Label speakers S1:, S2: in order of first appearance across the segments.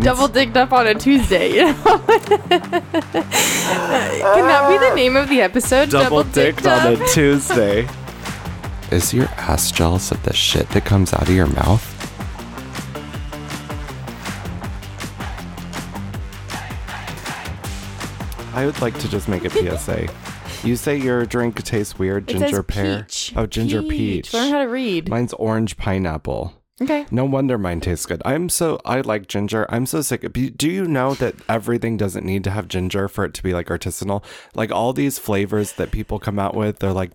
S1: double digged up on a Tuesday. You know? Can that be the name of the episode?
S2: Double dicked on a Tuesday.
S3: Is your ass jealous of the shit that comes out of your mouth?
S2: I would like to just make a PSA. You say your drink tastes weird,
S1: It says
S2: ginger pear.
S1: peach.
S2: Oh, ginger peach.
S1: Learn how to read.
S2: Mine's orange pineapple.
S1: okay.
S2: No wonder mine tastes good. I'm so I like ginger. I'm so sick. of- Do you know that everything doesn't need to have ginger for it to be like artisanal? Like all these flavors that people come out with, they're like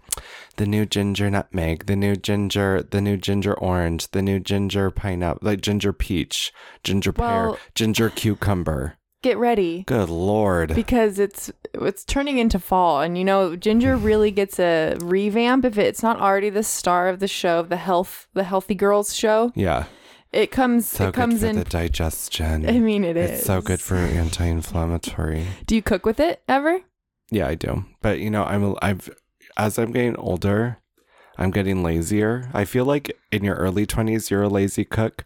S2: the new ginger nutmeg, the new ginger, the new ginger orange, the new ginger pineapple, like ginger peach, ginger
S1: Well-
S2: pear, ginger cucumber.
S1: Get ready
S2: Good lord.
S1: because it's it's turning into fall, and you know ginger really gets a revamp if it's not already the star of the show, the health, the healthy girls show.
S2: yeah.
S1: It comes,
S2: So
S1: it
S2: good
S1: comes
S2: for
S1: in.
S2: the digestion.
S1: I mean, it
S2: it's so good
S1: is.
S2: for anti-inflammatory.
S1: Do you cook with it ever?
S2: Yeah, I do. But you know, I'm I've as I'm getting older, I'm getting lazier. I feel like in your early 20s you're a lazy cook.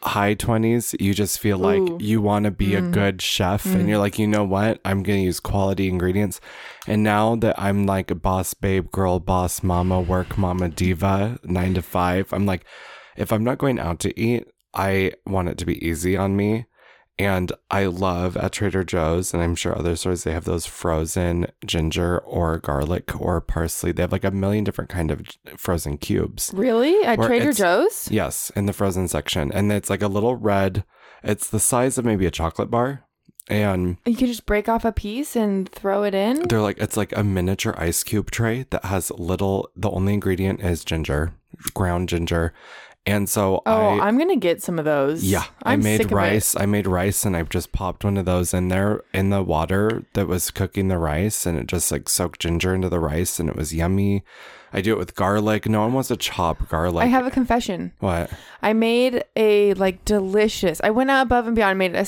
S2: High 20s, you just feel like
S1: Ooh.
S2: you want to be a
S1: Mm.
S2: good chef and
S1: Mm.
S2: you're like, "You know what? I'm going to use quality ingredients." And now that I'm like a boss babe, girl boss, mama, work mama diva, 9 to 5, I'm like if I'm not going out to eat, I want it to be easy on me. And I love at Trader Joe's, and I'm sure other stores, they have those frozen ginger or garlic or parsley. They have like a million different kind of j- frozen cubes.
S1: Really? At
S2: Or
S1: Trader
S2: it's-
S1: Joe's?
S2: Yes, in the frozen section. And it's like a little red, it's the size of maybe a chocolate bar. And
S1: You can just break off a piece and throw it in?
S2: they're like, it's like a miniature ice cube tray that has little, the only ingredient is ginger, ground ginger. And so
S1: Oh,
S2: I,
S1: I, am going to get some of those.
S2: Yeah, i
S1: I'm sick
S2: made
S1: of it.
S2: rice. I made rice, and I've just popped one of those in there in the water that was cooking the rice, and it just like soaked ginger into the rice, and it was yummy. I do it with garlic. No one wants to chop garlic.
S1: I have a confession.
S2: what?
S1: I made a like delicious. I went out above and beyond. I made a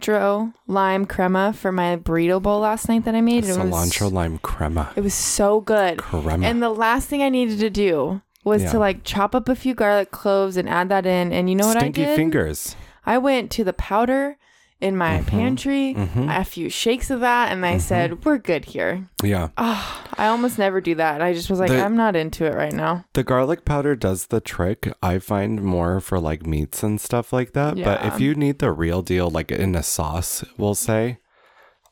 S1: cilantro lime crema for my burrito bowl last night that I made. and
S2: cilantro
S1: It was,
S2: lime crema.
S1: it was so good.
S2: Crema.
S1: And the last thing I needed to do was
S2: Yeah.
S1: to like chop up a few garlic cloves and add that in. And you know what
S2: Stinky
S1: I did?
S2: fingers.
S1: I went to the powder in my
S2: Mm-hmm.
S1: pantry, a few shakes of that, and I said, "We're good here."
S2: Yeah,
S1: I almost never do that. And I just was like,
S2: The-
S1: I'm not into it right now.
S2: the garlic powder does the trick. I find more for like meats and stuff like that. But
S1: Yeah.
S2: if you need the real deal, like in a sauce, we'll say.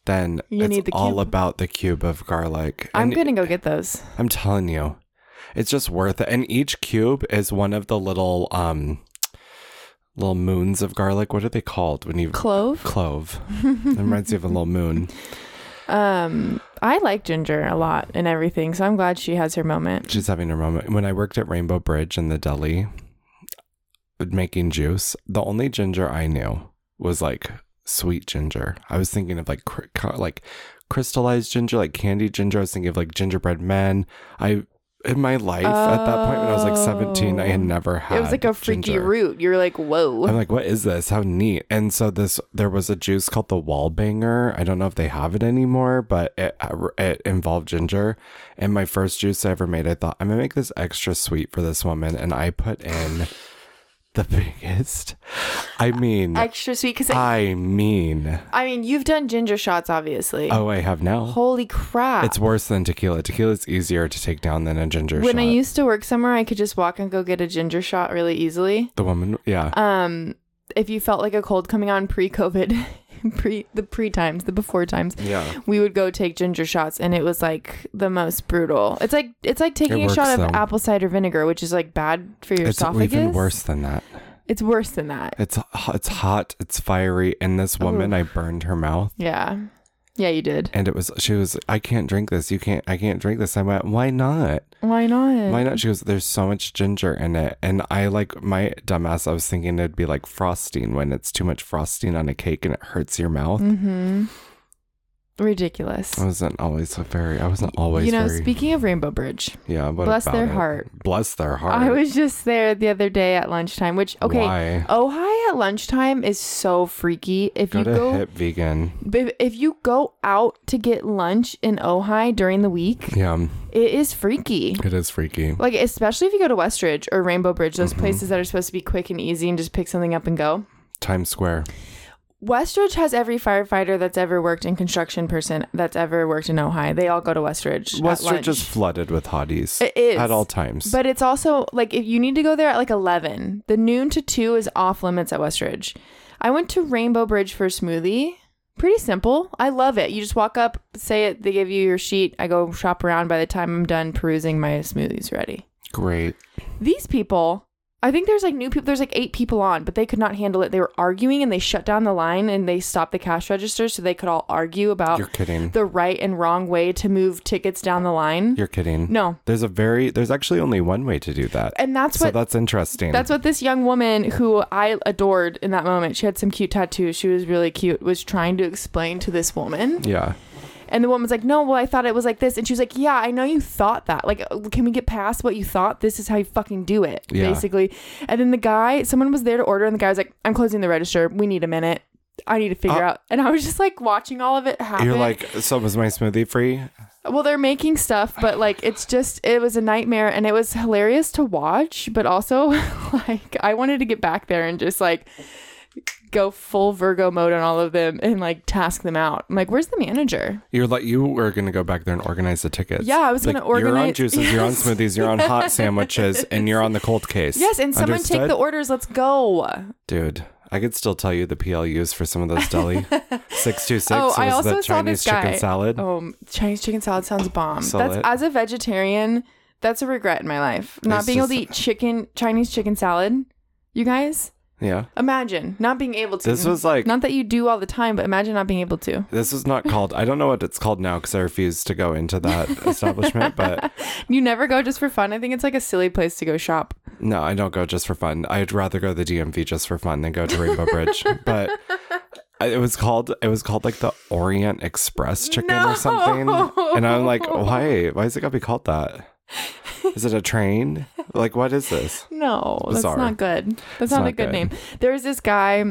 S2: Then
S1: You
S2: it's
S1: need the
S2: all
S1: cube.
S2: about the cube of garlic.
S1: I'm
S2: And
S1: gonna go get those.
S2: I'm telling you, it's just worth it. And each cube is one of the little um little moons of garlic. What are they called when you
S1: Clove.
S2: clove? It reminds me of a little moon.
S1: Um, I like ginger a lot and everything, so I'm glad she has her moment.
S2: She's having her moment. When I worked at Rainbow Bridge in the deli, making juice, the only ginger I knew was like sweet ginger. I was thinking of like cr- ca- like crystallized ginger, like candy ginger. I was thinking of like gingerbread men. I in my life at that point when I was like 17, I had
S1: Oh.
S2: never had
S1: It was like a freaky
S2: ginger.
S1: root. You're like,
S2: I'm
S1: whoa.
S2: like, what is this? How neat. And so this, there was a juice called the Wallbanger. I don't know if they have it anymore, but it, it involved ginger. And my first juice I ever made, I thought, I'm going to make this extra sweet for this woman. And I put in the biggest, I mean, I,
S1: Extra sweet because I,
S2: mean,
S1: mean, you've done ginger shots, obviously.
S2: oh, I have now.
S1: Holy crap!
S2: It's worse than tequila. Tequila's easier to take down than a ginger
S1: when
S2: shot.
S1: I used to work somewhere, I could just walk and go get a ginger shot really easily.
S2: the woman, yeah.
S1: Um, if you felt like a cold coming on pre-COVID, pre the pre times, the before times,
S2: yeah.
S1: we would go take ginger shots and it was like the most brutal. It's like it's like taking
S2: It
S1: a
S2: works,
S1: shot of
S2: though.
S1: apple cider vinegar, which is like bad for your
S2: It's
S1: esophagus.
S2: even worse than that.
S1: It's worse than that.
S2: It's ho- it's hot, it's fiery, and
S1: Oh.
S2: this woman, I burned her mouth,
S1: Yeah. Yeah, you did.
S2: and it was she was I can't drink this. You can't. I can't drink this. I went. Why not?
S1: Why not?
S2: Why not? She goes. There's so much ginger in it, and I like my dumbass. I was thinking it'd be like frosting when it's too much frosting on a cake and it hurts your mouth.
S1: Mm-hmm. Ridiculous.
S2: I wasn't always so very. I wasn't always.
S1: you know,
S2: very,
S1: speaking of Rainbow Bridge,
S2: Yeah. What
S1: bless
S2: about
S1: their
S2: it?
S1: heart.
S2: Bless their heart.
S1: I was just there the other day at lunchtime, which okay,
S2: Why?
S1: Ohio at lunchtime is so freaky. If
S2: Go
S1: you
S2: to
S1: go
S2: hip vegan.
S1: But if you go out to get lunch in Ojai during the week,
S2: Yeah,
S1: it is freaky.
S2: it is freaky.
S1: Like especially if you go to Westridge or Rainbow Bridge, those places that are supposed to be quick and easy and just pick something up and go.
S2: Times Square.
S1: Westridge has every firefighter that's ever worked in construction person that's ever worked in Ojai. They all go to Westridge. at
S2: Westridge is
S1: lunch.
S2: flooded with hotties.
S1: It is.
S2: At all times.
S1: But it's also like if you need to go there at like 11, the noon to 2 is off limits at Westridge. I went to Rainbow Bridge for a smoothie. Pretty simple. I love it. You just walk up, say it, they give you your sheet. I go shop around. By the time I'm done perusing, my smoothie's ready.
S2: Great.
S1: These people, I think there's like new people, there's like eight people on, but they could not handle it. They were arguing and they shut down the line and they stopped the cash register so they could all argue about
S2: You're kidding.
S1: uh, the right and wrong way to move tickets down the line.
S2: You're kidding.
S1: no.
S2: There's a very there's actually only one way to do that.
S1: And that's
S2: so
S1: what
S2: that's interesting.
S1: That's what this young woman who I adored in that moment, she had some cute tattoos. She was really cute, was trying to explain to this woman.
S2: yeah.
S1: And the woman's like, No, well, I thought it was like this. And she was like, Yeah, I know you thought that. Like, uh, can we get past what you thought? This is how you fucking do it,
S2: Yeah.
S1: basically. And then the guy, someone was there to order, and the guy was like, I'm closing the register. We need a minute. I need to figure
S2: Uh,
S1: out. And I was just like watching all of it happen.
S2: You're like, so was my smoothie free?
S1: Well, they're making stuff, but like it's just it was a nightmare and it was hilarious to watch, but also like I wanted to get back there and just like go full Virgo mode on all of them and like task them out. I'm like, where's the manager?
S2: You're like you were gonna go back there and organize the tickets.
S1: Yeah, I was
S2: Like,
S1: gonna
S2: You're on
S1: organize-
S2: juices, you're on
S1: Yes.
S2: smoothies, you're on hot sandwiches, and you're on the cold case.
S1: Yes, and someone take
S2: Understood?
S1: the orders. Let's go.
S2: Dude, I could still tell you the PLUs for some of those deli. Six two six
S1: Oh,
S2: was
S1: I also
S2: the
S1: saw
S2: Chinese
S1: this guy.
S2: chicken salad.
S1: Um, Chinese chicken salad sounds bomb.
S2: Solid.
S1: That's as a vegetarian, that's a regret in my life. Not
S2: It's
S1: being able to
S2: just-
S1: eat chicken Chinese chicken salad. You guys,
S2: Yeah.
S1: imagine not being able to.
S2: This was like
S1: Not that you do all the time, but imagine not being able to.
S2: this is not called I don't know what it's called now because I refuse to go into that establishment, but
S1: You never go just for fun. I think it's like a silly place to go shop.
S2: No, I don't go just for fun. I'd rather go to the DMV just for fun than go to Rainbow Bridge. But I- it was called it was called like the Orient Express chicken or something. And I'm like, why? Why is it gotta be called that? Is it a train? Like what is this?
S1: No,
S2: Bizarre.
S1: that's not good. That's not, a
S2: not
S1: good,
S2: good.
S1: name. There was this guy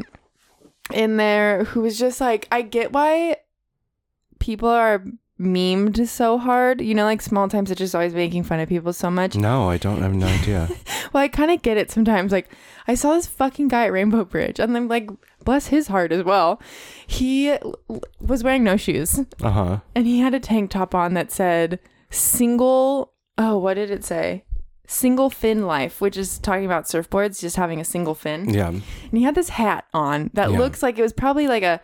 S1: in there who was just like, I get why people are memed so hard. You know, like small times, it's just always making fun of people so much.
S2: No, I don't I have no idea.
S1: Well, I kind of get it sometimes. Like, I saw this fucking guy at Rainbow Bridge, and I'm like, bless his heart as well. He l- l- was wearing no shoes.
S2: Uh huh.
S1: and he had a tank top on that said single oh what did it say single fin life which is talking about surfboards just having a single fin
S2: Yeah.
S1: and he had this hat on that
S2: Yeah.
S1: looks like it was probably like a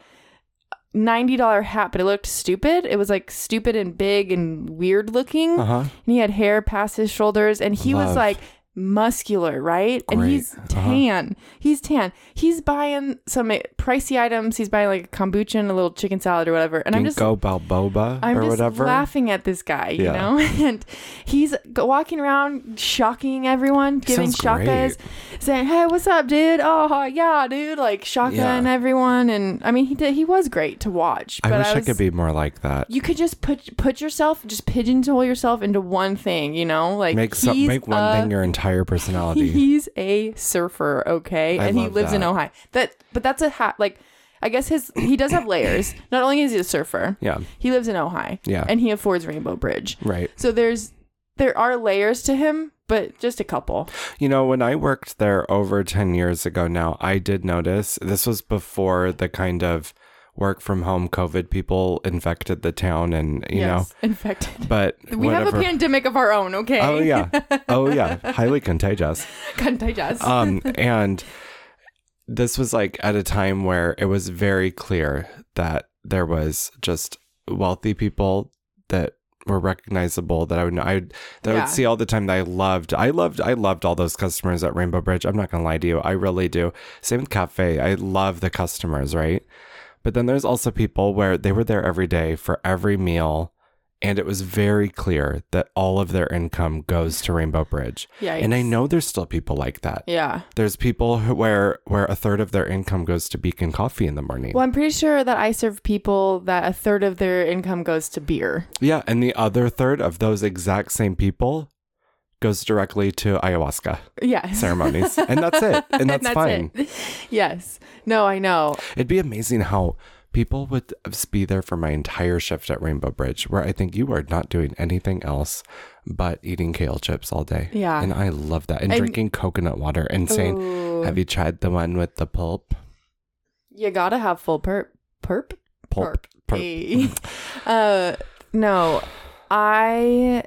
S1: $90 hat but it looked stupid it was like stupid and big and weird looking
S2: Uh huh.
S1: and he had hair past his shoulders and he
S2: Love.
S1: was like muscular right and
S2: Great.
S1: he's
S2: Uh-huh.
S1: tan he's tan he's buying some pricey items he's buying like a kombucha and a little chicken salad or whatever and i'm just
S2: Ginkgo Balboba
S1: I'm
S2: or
S1: just
S2: whatever.
S1: laughing at this guy, you
S2: Yeah.
S1: know, and he's g- walking around shocking everyone, giving
S2: sounds great.
S1: shakas, saying, "Hey, what's up, dude? Oh, yeah, dude!" Like shocking
S2: Yeah.
S1: everyone, and I mean, he did. He was great to watch.
S2: I
S1: but
S2: wish I,
S1: I, was,
S2: could be more like that.
S1: You could just put put yourself, just pigeonhole yourself into one thing, you know, like
S2: make some,
S1: he's
S2: make one
S1: a-
S2: thing your entire personality.
S1: He's a surfer, okay,
S2: I
S1: and he
S2: love
S1: lives in
S2: that.
S1: Ohio. That, but that's a hat. Like, I guess his he does have layers. Not only is he a surfer,
S2: yeah.
S1: he lives in Ojai.
S2: Yeah.
S1: And he affords Rainbow Bridge.
S2: Right.
S1: So there's there are layers to him, but just a couple.
S2: You know, when I worked there over 10 years ago now, I did notice this was before the kind of work from home COVID people infected the town and, you know,
S1: Infected.
S2: but
S1: we have
S2: whatever.
S1: a pandemic of our own, okay?
S2: Oh, yeah. Oh, yeah. Highly contagious.
S1: Contagious.
S2: Um, and this was like at a time where it was very clear that there was just wealthy people that were recognizable that I would know I would- that I
S1: Yeah.
S2: would see all the time that I loved. I loved I loved all those customers at Rainbow Bridge. I'm not gonna lie to you. I really do. Same with cafe. I love the customers, right? But then there's also people where they were there every day for every meal and it was very clear that all of their income goes to Rainbow Bridge.
S1: Yikes.
S2: And I know there's still people like that.
S1: Yeah.
S2: There's people who, where where a third of their income goes to Beacon Coffee in the morning.
S1: Well, I'm pretty sure that I serve people that a third of their income goes to beer.
S2: Yeah, and the other third of those exact same people goes directly to ayahuasca
S1: Yes.
S2: ceremonies, and that's it. And that's, fine.
S1: It. Yes. No, I know.
S2: It'd be amazing how people would be there for my entire shift at Rainbow Bridge, where I think you are not doing anything else but eating kale chips all day.
S1: Yeah.
S2: and I love that. And,
S1: And-
S2: drinking coconut water and saying,
S1: Ooh.
S2: "Have you tried the one with the pulp?"
S1: You gotta have full perp. Perp?
S2: Pulp. Mm. Perp.
S1: Hey. uh, no. I.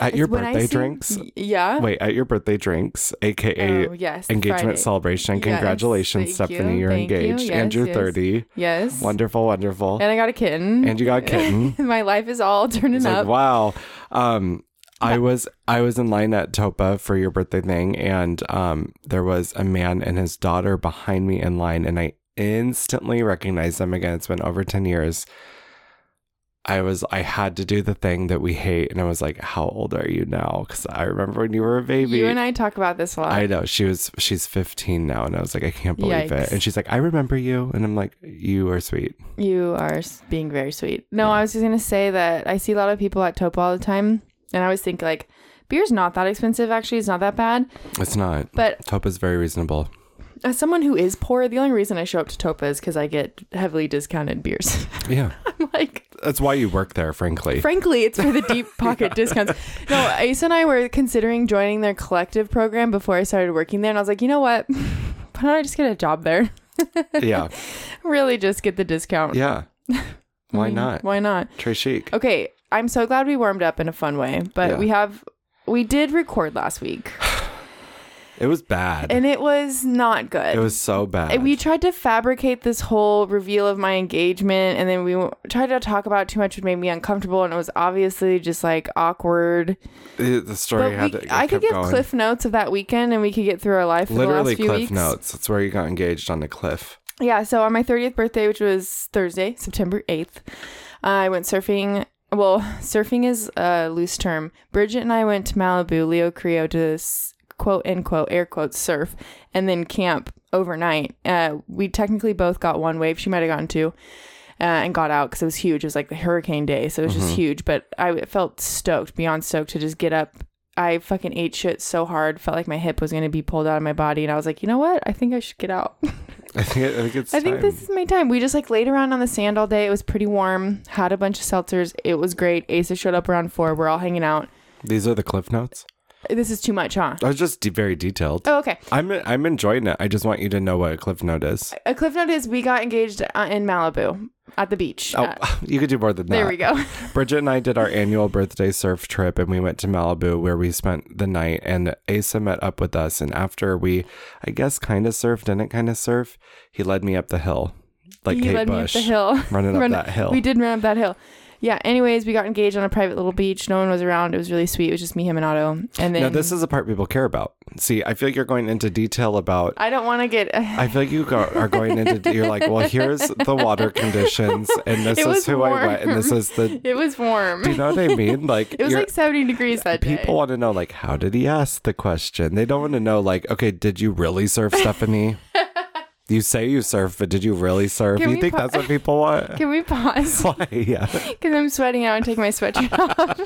S2: At your
S1: it's when I
S2: birthday
S1: see-
S2: drinks.
S1: Yeah.
S2: Wait, at your birthday drinks, aka
S1: oh, yes.
S2: engagement
S1: Friday.
S2: celebration.
S1: Yes,
S2: Congratulations,
S1: thank
S2: Stephanie.
S1: you,
S2: You. are
S1: thank you.
S2: engaged and
S1: Yes,
S2: you're
S1: yes.
S2: 30.
S1: Yes.
S2: Wonderful, wonderful.
S1: And I got a kitten.
S2: And you got a kitten.
S1: My life is all turning
S2: It's
S1: up.
S2: like, wow. Um, I was I was in line at Topa for your birthday thing, and um, there was a man and his daughter behind me in line, and I instantly recognized them again. It's been over ten years. I was I had to do the thing that we hate, and I was like, "How old are you now?" Because I remember when you were a baby.
S1: You and I talk about this a lot.
S2: I know she was she's 15 now and I was like I can't
S1: Yikes.
S2: believe it and she's like I remember you and I'm like you are sweet
S1: You are s- being very sweet. No, I was just gonna say that I see a lot of people at Topo all the time, and I always think like, beer's not that expensive. Actually, it's not that bad.
S2: it's not
S1: But
S2: Top is very reasonable
S1: as someone who is poor, the only reason I show up to Topa is because I get heavily discounted beers.
S2: yeah
S1: I'm like,
S2: that's why you work there frankly
S1: frankly, it's for the deep pocket discounts. No, Ace and I were considering joining their collective program before I started working there, and I was like, you know what? Why don't I just get a job there?
S2: yeah
S1: really, just get the discount. Mm,
S2: yeah why not
S1: Why not?
S2: Trey Chic
S1: Okay, I'm so glad we warmed up in a fun way, but
S2: Yeah.
S1: we have we did record last week
S2: it was bad
S1: and it was not good.
S2: it was so bad
S1: we tried to fabricate this whole reveal of my engagement and then we w- tried to talk about it too much which made me uncomfortable and it was obviously just like awkward
S2: It- the story
S1: but
S2: had
S1: we,
S2: to
S1: i
S2: kept
S1: could give
S2: going.
S1: cliff notes of that weekend and we could get through our life for the
S2: literally
S1: last few
S2: cliff
S1: weeks
S2: notes that's where you got engaged on the cliff
S1: Yeah, so on my 30th birthday, which was Thursday, September 8th, I went surfing. Well, surfing is a loose term. Bridget and I went to Malibu, Leo Creo, to s- quote, end quote, air quote, surf, and then camp overnight. Uh, we technically both got one wave. She might have gotten two. Uh, and got out because it was huge. It was like the hurricane day, so it was just huge. But I felt stoked, beyond stoked, to just get up. I fucking ate shit so hard, felt like my hip was gonna be pulled out of my body, and I was like, you know what? I think I should get out.
S2: I think I think it's
S1: I think
S2: time.
S1: this is my time. We just like laid around on the sand all day. It was pretty warm. Had a bunch of seltzers. It was great. Asa showed up around four. We're all hanging out.
S2: these are the cliff notes
S1: This is too much, huh?
S2: I was just de- very detailed
S1: Oh, okay.
S2: I'm I'm enjoying it I just want you to know what a cliff note is
S1: A cliff note is we got engaged uh, in Malibu at the beach.
S2: Oh,
S1: Uh,
S2: you could do more than that.
S1: there we go.
S2: Bridget and I did our annual birthday surf trip and we went to Malibu where we spent the night and Asa met up with us and after we I guess kinda surfed, didn't kinda surf, he led me up the hill. Like
S1: you
S2: Kate
S1: led
S2: Bush.
S1: me up the hill.
S2: Running up
S1: Run-
S2: that hill.
S1: We did run up that hill. Yeah. Anyways, we got engaged on a private little beach. No one was around. It was really sweet. It was just me, him, and Otto. And then
S2: Now this is the part people care about. See, I feel like you're going into detail about
S1: I don't want to get.
S2: I feel like you go, are going into you're like, well, here's the water conditions and this
S1: It
S2: is
S1: was
S2: who I went and this
S1: warm.
S2: is the
S1: it was warm.
S2: do you know what I mean? Like
S1: it was
S2: you're-
S1: like seventy degrees that day.
S2: People want to know, like, how did he ask the question? They don't want to know, like, okay, did you really surf, Stephanie? you say you surf, but did you really surf?
S1: Can
S2: you
S1: we
S2: think
S1: pa-
S2: that's what people want?
S1: Can we pause?
S2: Why? Yeah.
S1: Because I'm sweating out and take my sweatshirt off.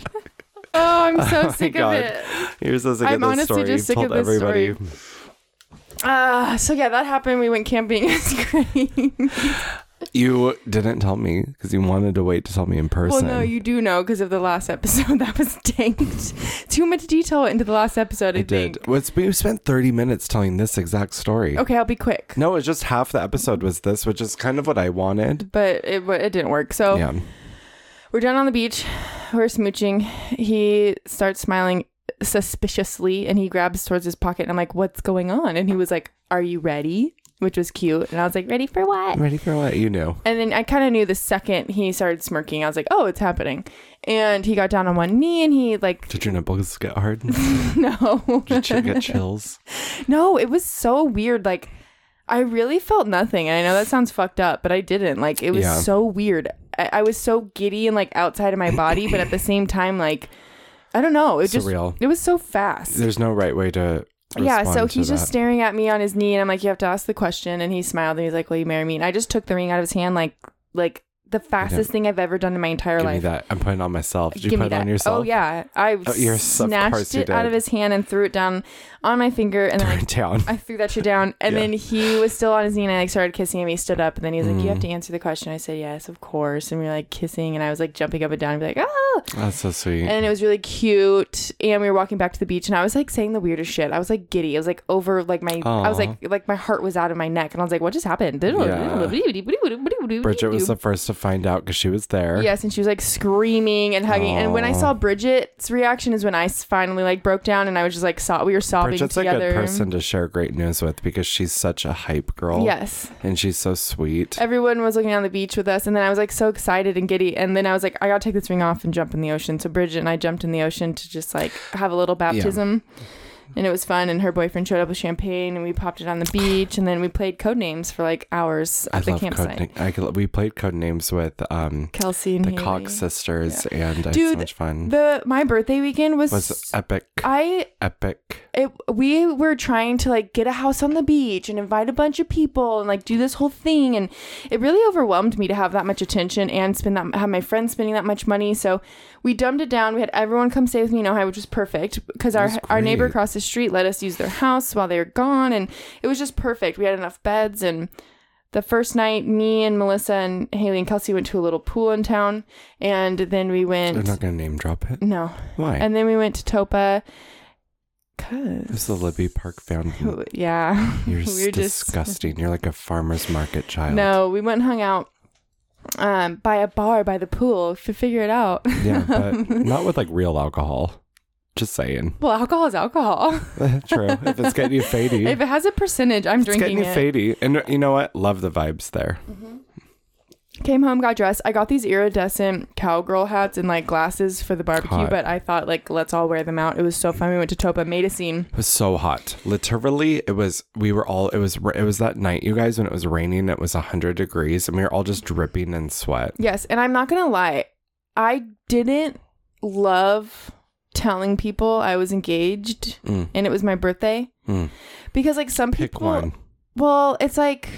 S1: oh, I'm so sick
S2: God.
S1: of it.
S2: Here's the sick
S1: I'm
S2: of this
S1: honestly
S2: story.
S1: just sick of
S2: Told
S1: this
S2: everybody.
S1: story. Uh, so yeah, that happened. We went camping. It's great.
S2: You didn't tell me because you wanted to wait to tell me in
S1: well,
S2: person.
S1: no, you do know because of the last episode that was tanked. Too much detail went into the last episode. I,
S2: I
S1: think.
S2: did. Well, it's- we spent 30 minutes telling this exact story.
S1: Okay, I'll be quick.
S2: No, it's just half the episode was this, which is kind of what I wanted.
S1: But it but it didn't work. So
S2: Yeah.
S1: we're down on the beach. We're smooching. He starts smiling suspiciously and he grabs towards his pocket. And I'm like, "What's going on?" And he was like, "Are you ready?" Which was cute. And I was like, "Ready for what?"
S2: I'm ready for what you knew.
S1: And then I kind of knew the second he started smirking, I was like, "Oh, it's happening." And he got down on one knee and he like,
S2: Did your nipples get hard?
S1: "No,
S2: Did you get chills?
S1: no, it was so weird. Like, I really felt nothing. And I know that sounds fucked up, but I didn't. Like, it was
S2: Yeah.
S1: so weird. I-, I was so giddy and like outside of my body, but at the same time, like, I don't know. It just
S2: Surreal.
S1: it was so fast.
S2: There's no right way to.
S1: yeah, so
S2: respond to
S1: he's just
S2: that.
S1: staring at me on his knee, and I'm like, "You have to ask the question." And he smiled, and he's like, "Will you marry me?" And I just took the ring out of his hand, like, like the fastest thing I've ever done in my entire
S2: Give me
S1: life.
S2: that. I'm putting it on myself. Did you
S1: Give
S2: put
S1: me
S2: it
S1: that.
S2: on yourself?
S1: Oh yeah, I
S2: Oh, yes, of course
S1: snatched
S2: you
S1: it out
S2: did.
S1: of his hand and threw it down on my finger, and then I,
S2: Down.
S1: I threw that shit down. And
S2: Yeah.
S1: then he was still on his knee, and I like started kissing him. He stood up, and then he was like, "You have
S2: Mm.
S1: to answer the question." I said, "Yes, of course." And we were like kissing, and I was like jumping up and down, and be like, "Oh!"
S2: That's so sweet.
S1: And it was really cute. And we were walking back to the beach, and I was like saying the weirdest shit. I was like giddy. I was like over like my. I was
S2: Aw.
S1: like like my heart was out of my neck, and I was like, "What just happened?"
S2: Bridget was the first to find out because she was there.
S1: Yes, and she was like screaming and hugging. And when I saw Bridget's reaction, is when I s- finally like broke down, and I was just like, saw we were sobbing
S2: Bridget's
S1: together.
S2: a good person to share great news with because she's such a hype girl.
S1: Yes,
S2: And she's so sweet.
S1: everyone was looking on the beach with us, and then I was like so excited and giddy. And then I was like, I gotta take this ring off and jump in the ocean. So Bridget and I jumped in the ocean to just like have a little baptism. And it was fun, and her boyfriend showed up with champagne, and we popped it on the beach, and then we played code names for like hours
S2: I
S1: at the
S2: love
S1: campsite.
S2: code. I could- we played code names with um
S1: Kelsey and
S2: the
S1: Haley.
S2: Cox sisters, and I had so
S1: Dude,
S2: much fun.
S1: The my birthday weekend was,
S2: was epic.
S1: I
S2: epic.
S1: it we were trying to like get a house on the beach and invite a bunch of people and like do this whole thing and it really overwhelmed me to have that much attention and spend that have my friends spending that much money so we dumbed it down we had everyone come stay with me in ohio which was perfect because our
S2: That's
S1: our neighbor
S2: great.
S1: across the street let us use their house while they were gone and it was just perfect we had enough beds and the first night me and melissa and haley and kelsey went to a little pool in town and then we
S2: They're
S1: went
S2: not gonna name drop it.
S1: no
S2: Why?
S1: and then we went to topa
S2: It's
S1: because
S2: the Libby Park Fountain.
S1: yeah
S2: You're
S1: we were just-
S2: disgusting. You're like a farmer's market child.
S1: No, we went and hung out um, by a bar by the pool to figure it out.
S2: Yeah, but not with like real alcohol. Just saying.
S1: Well, alcohol is alcohol.
S2: True. If it's getting you fady.
S1: If it has a percentage, I'm
S2: it's
S1: drinking
S2: getting you
S1: it.
S2: fady. And you know what? Love the vibes there.
S1: Came home, got dressed. I got these iridescent cowgirl hats and like glasses for the barbecue,
S2: Hot.
S1: but I thought like let's all wear them out. It was so fun. We went to Topa, made a scene.
S2: It was so hot. Literally, it was. We were all. It was. It was that night, you guys, when it was raining. It was hundred degrees, and we were all just dripping in sweat.
S1: Yes, and I'm not gonna lie, I didn't love telling people I was engaged
S2: Mm.
S1: and it was my birthday
S2: Mm.
S1: because like some
S2: Pick
S1: people
S2: one.
S1: Well, it's like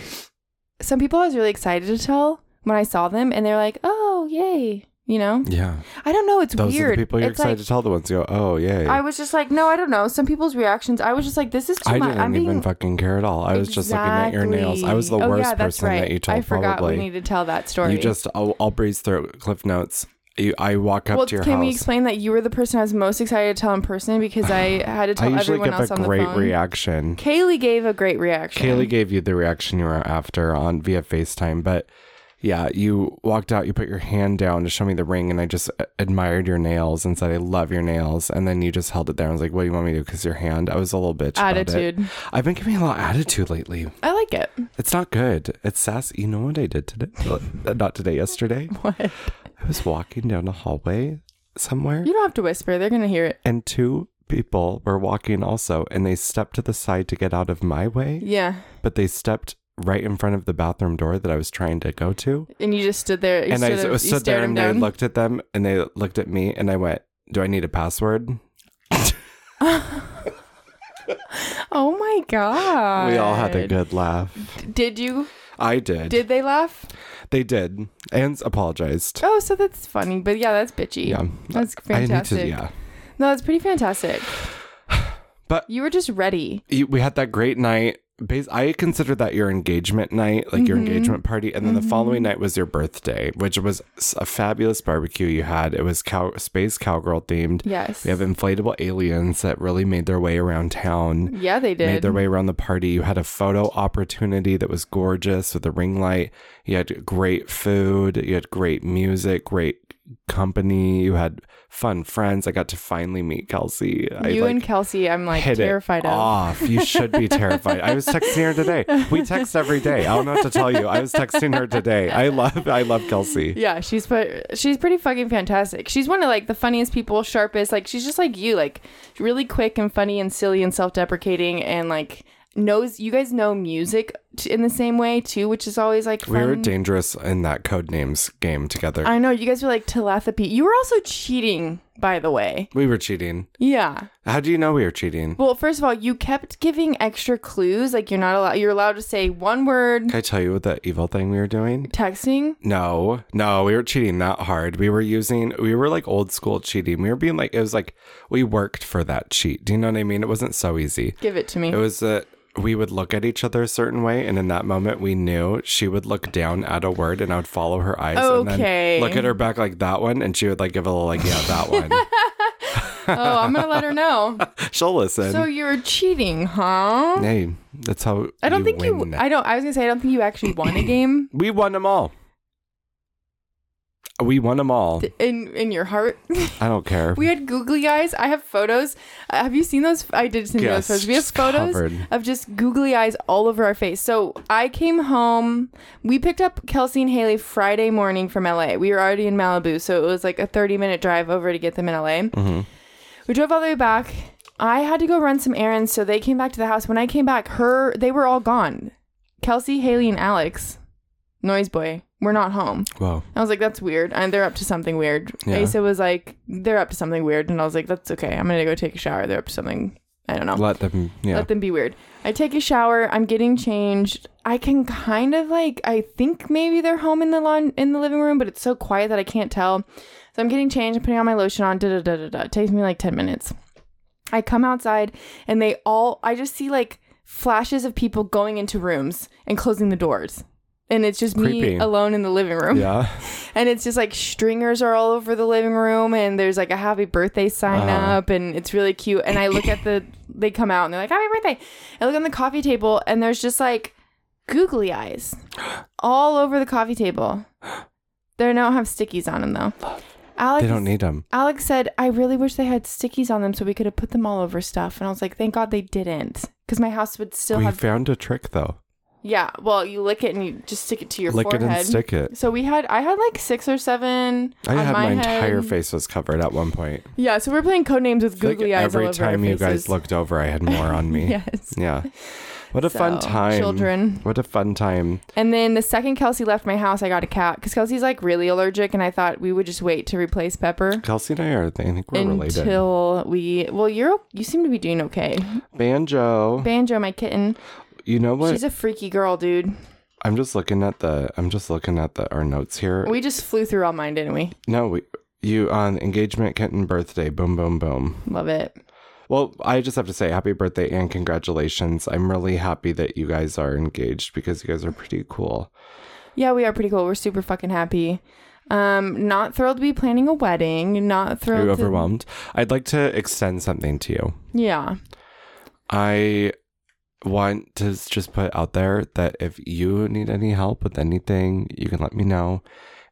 S1: some people I was really excited to tell when I saw them, and they're like, "Oh, yay!" You know,
S2: Yeah,
S1: I don't know. It's
S2: those
S1: weird.
S2: are the people you're
S1: it's
S2: excited to tell. The ones you go, oh yay.
S1: Like, I was just like, no, I don't know. Some people's reactions, I was just like, this is too
S2: I
S1: much.
S2: didn't
S1: I'm
S2: even
S1: being.
S2: fucking care at all. I was just looking at your nails. I was the
S1: Exactly. oh,
S2: worst
S1: yeah, that's
S2: person
S1: right.
S2: that you told.
S1: I forgot
S2: probably.
S1: we need to tell that story.
S2: You just. I'll, I'll breeze through Cliff Notes. You, I walk up
S1: well,
S2: to your
S1: can
S2: house.
S1: we explain that you were the person I was most excited to tell in person because I had to
S2: I
S1: tell
S2: usually
S1: everyone
S2: give
S1: else
S2: a
S1: on the
S2: great
S1: phone.
S2: reaction.
S1: Kaylee gave a great reaction.
S2: Kaylee gave you the reaction you were after on via FaceTime, but yeah, you walked out, you put your hand down to show me the ring, and I just a- admired your nails and said, I love your nails. And then you just held it there and was like, What do you want me to do? Because your hand. I was a little bitch. about it.
S1: attitude.
S2: I've been giving a lot of attitude lately.
S1: I like it.
S2: It's not good. It's sassy. You know what I did today? Uh, not today, yesterday.
S1: What?
S2: I was walking down a hallway somewhere,
S1: You don't have to whisper. They're gonna hear it.
S2: and two people were walking also, and they stepped to the side to get out of my way
S1: Yeah.
S2: but they stepped right in front of the bathroom door that I was trying to go to.
S1: And you just stood there. You
S2: and I
S1: stood,
S2: s- uh,
S1: you
S2: stood
S1: stared
S2: there
S1: him
S2: and
S1: down.
S2: I looked at them and they looked at me and I went, Do I need a password?
S1: Oh my god.
S2: We all had a good laugh.
S1: Did you?
S2: I did.
S1: Did they laugh?
S2: They did. And apologized.
S1: Oh, so that's funny. But yeah, that's bitchy.
S2: Yeah.
S1: That's
S2: I
S1: fantastic.
S2: need to, yeah.
S1: No, that's pretty fantastic.
S2: But-
S1: you were just ready.
S2: You- We had that great night. Bas- I consider that your engagement night, like your
S1: Mm-hmm.
S2: engagement party. And then the following night was your birthday, which was s- a fabulous barbecue you had. It was cow- space cowgirl themed.
S1: Yes.
S2: We have inflatable aliens that really made their way around town.
S1: yeah, they did.
S2: made their way around the party. You had a photo opportunity that was gorgeous with the ring light. You had great food. You had great music, great company. You had fun friends. I got to finally meet Kelsey. I
S1: you
S2: like,
S1: and Kelsey, I'm like
S2: hit it
S1: terrified of.
S2: off. You should be terrified. I was texting her today. We text every day. I don't know what to tell you. I was texting her today. I love I love Kelsey.
S1: Yeah, she's but she's pretty fucking fantastic. She's one of like the funniest people, sharpest. Like she's just like you, like really quick and funny and silly and self-deprecating and like knows you guys know music t- in the same way too, which is always like fun.
S2: We were dangerous in that code names game together.
S1: I know you guys were like telepathy. You were also cheating, by the way.
S2: we were cheating.
S1: Yeah.
S2: How do you know we were cheating?
S1: Well, first of all, you kept giving extra clues. Like you're not allowed. You're allowed to say one word.
S2: Can I tell you what the evil thing we were doing?
S1: Texting.
S2: No, no, we were cheating that hard. We were using, we were like old school cheating. We were being like, it was like we worked for that cheat. Do you know what I mean? It wasn't so easy.
S1: Give it to me.
S2: It was that we would look at each other a certain way, and in that moment, we knew she would look down at a word, and I would follow her eyes, and
S1: Okay.
S2: then look at her back like that one, and she would like give a little like, yeah, that one.
S1: oh, I'm gonna let her know.
S2: She'll listen.
S1: so you were cheating, huh?
S2: hey, that's how
S1: I don't think
S2: win.
S1: you. I don't. I was gonna say I don't think you actually won a game
S2: we won them all. We won them all.
S1: in in your heart.
S2: I don't care.
S1: We had googly eyes. I have photos. Uh, have you seen those? I did send you
S2: Yes,
S1: those photos. We have
S2: just
S1: photos
S2: covered.
S1: of just googly eyes all over our face. So I came home. We picked up Kelsey and Haley Friday morning from LA. We were already in Malibu, so it was like a 30 minute drive over to get them in LA.
S2: Mm-hmm.
S1: We drove all the way back. I had to go run some errands, so they came back to the house. When I came back, her they were all gone. Kelsey, Haley, and Alex, Noise Boy, were not home.
S2: Whoa.
S1: I was like, that's weird. And they're up to something weird.
S2: Yeah.
S1: Asa was like, they're up to something weird. And I was like, that's okay. I'm going to go take a shower. They're up to something. I don't know.
S2: Let them, yeah.
S1: Let them be weird. I take a shower. I'm getting changed. I can kind of like, I think maybe they're home in the lawn, in the living room, but it's so quiet that I can't tell. So I'm getting changed. I'm putting all my lotion on. Da da da da da. It takes me like 10 minutes. I come outside and they all, I just see like flashes of people going into rooms and closing the doors. And it's just me
S2: Creepy.
S1: alone in the living room
S2: yeah.
S1: and it's just like stringers are all over the living room and there's like a happy birthday sign
S2: Uh-huh.
S1: up and it's really cute and i look at the they come out and they're like happy birthday i look on the coffee table and there's just like googly eyes all over the coffee table they don't have stickies on them though alex
S2: They don't need them.
S1: alex said i really wish they had stickies on them so we could have put them all over stuff and i was like thank god they didn't because my house would still
S2: We
S1: have
S2: found a trick though.
S1: yeah well you lick it and you just stick it to your
S2: Lick
S1: forehead
S2: it and stick it.
S1: so we had I had like six or seven.
S2: I
S1: on
S2: had my, entire
S1: head.
S2: face was covered at one point.
S1: Yeah, so we're playing code names with
S2: Like,
S1: googly eyes.
S2: every
S1: all over our
S2: time you guys
S1: faces.
S2: looked over, I had more on me.
S1: Yes.
S2: Yeah. What a fun
S1: So,
S2: time.
S1: children.
S2: What a fun time.
S1: And then the second Kelsey left my house, I got a cat because Kelsey's like really allergic, and I thought we would just wait to replace Pepper
S2: Kelsey and I are, I think we're related.
S1: until we. Well, you're you seem to be doing okay.
S2: Banjo.
S1: Banjo, my kitten,
S2: you know what?
S1: she's a freaky girl, dude.
S2: I'm just looking at the, I'm just looking at the, our notes here.
S1: We just flew through all mine, didn't we?
S2: no, we, you on engagement, kitten birthday, boom, boom, boom.
S1: Love it.
S2: Well, I just have to say happy birthday and congratulations. I'm really happy that you guys are engaged because you guys are pretty cool.
S1: Yeah, we are pretty cool. We're super fucking happy. Um, not thrilled to be planning a wedding. Not
S2: Are
S1: thrilled.
S2: you
S1: to-
S2: overwhelmed? I'd like to extend something to you.
S1: Yeah.
S2: I want to s- just put out there that if you need any help with anything, you can let me know.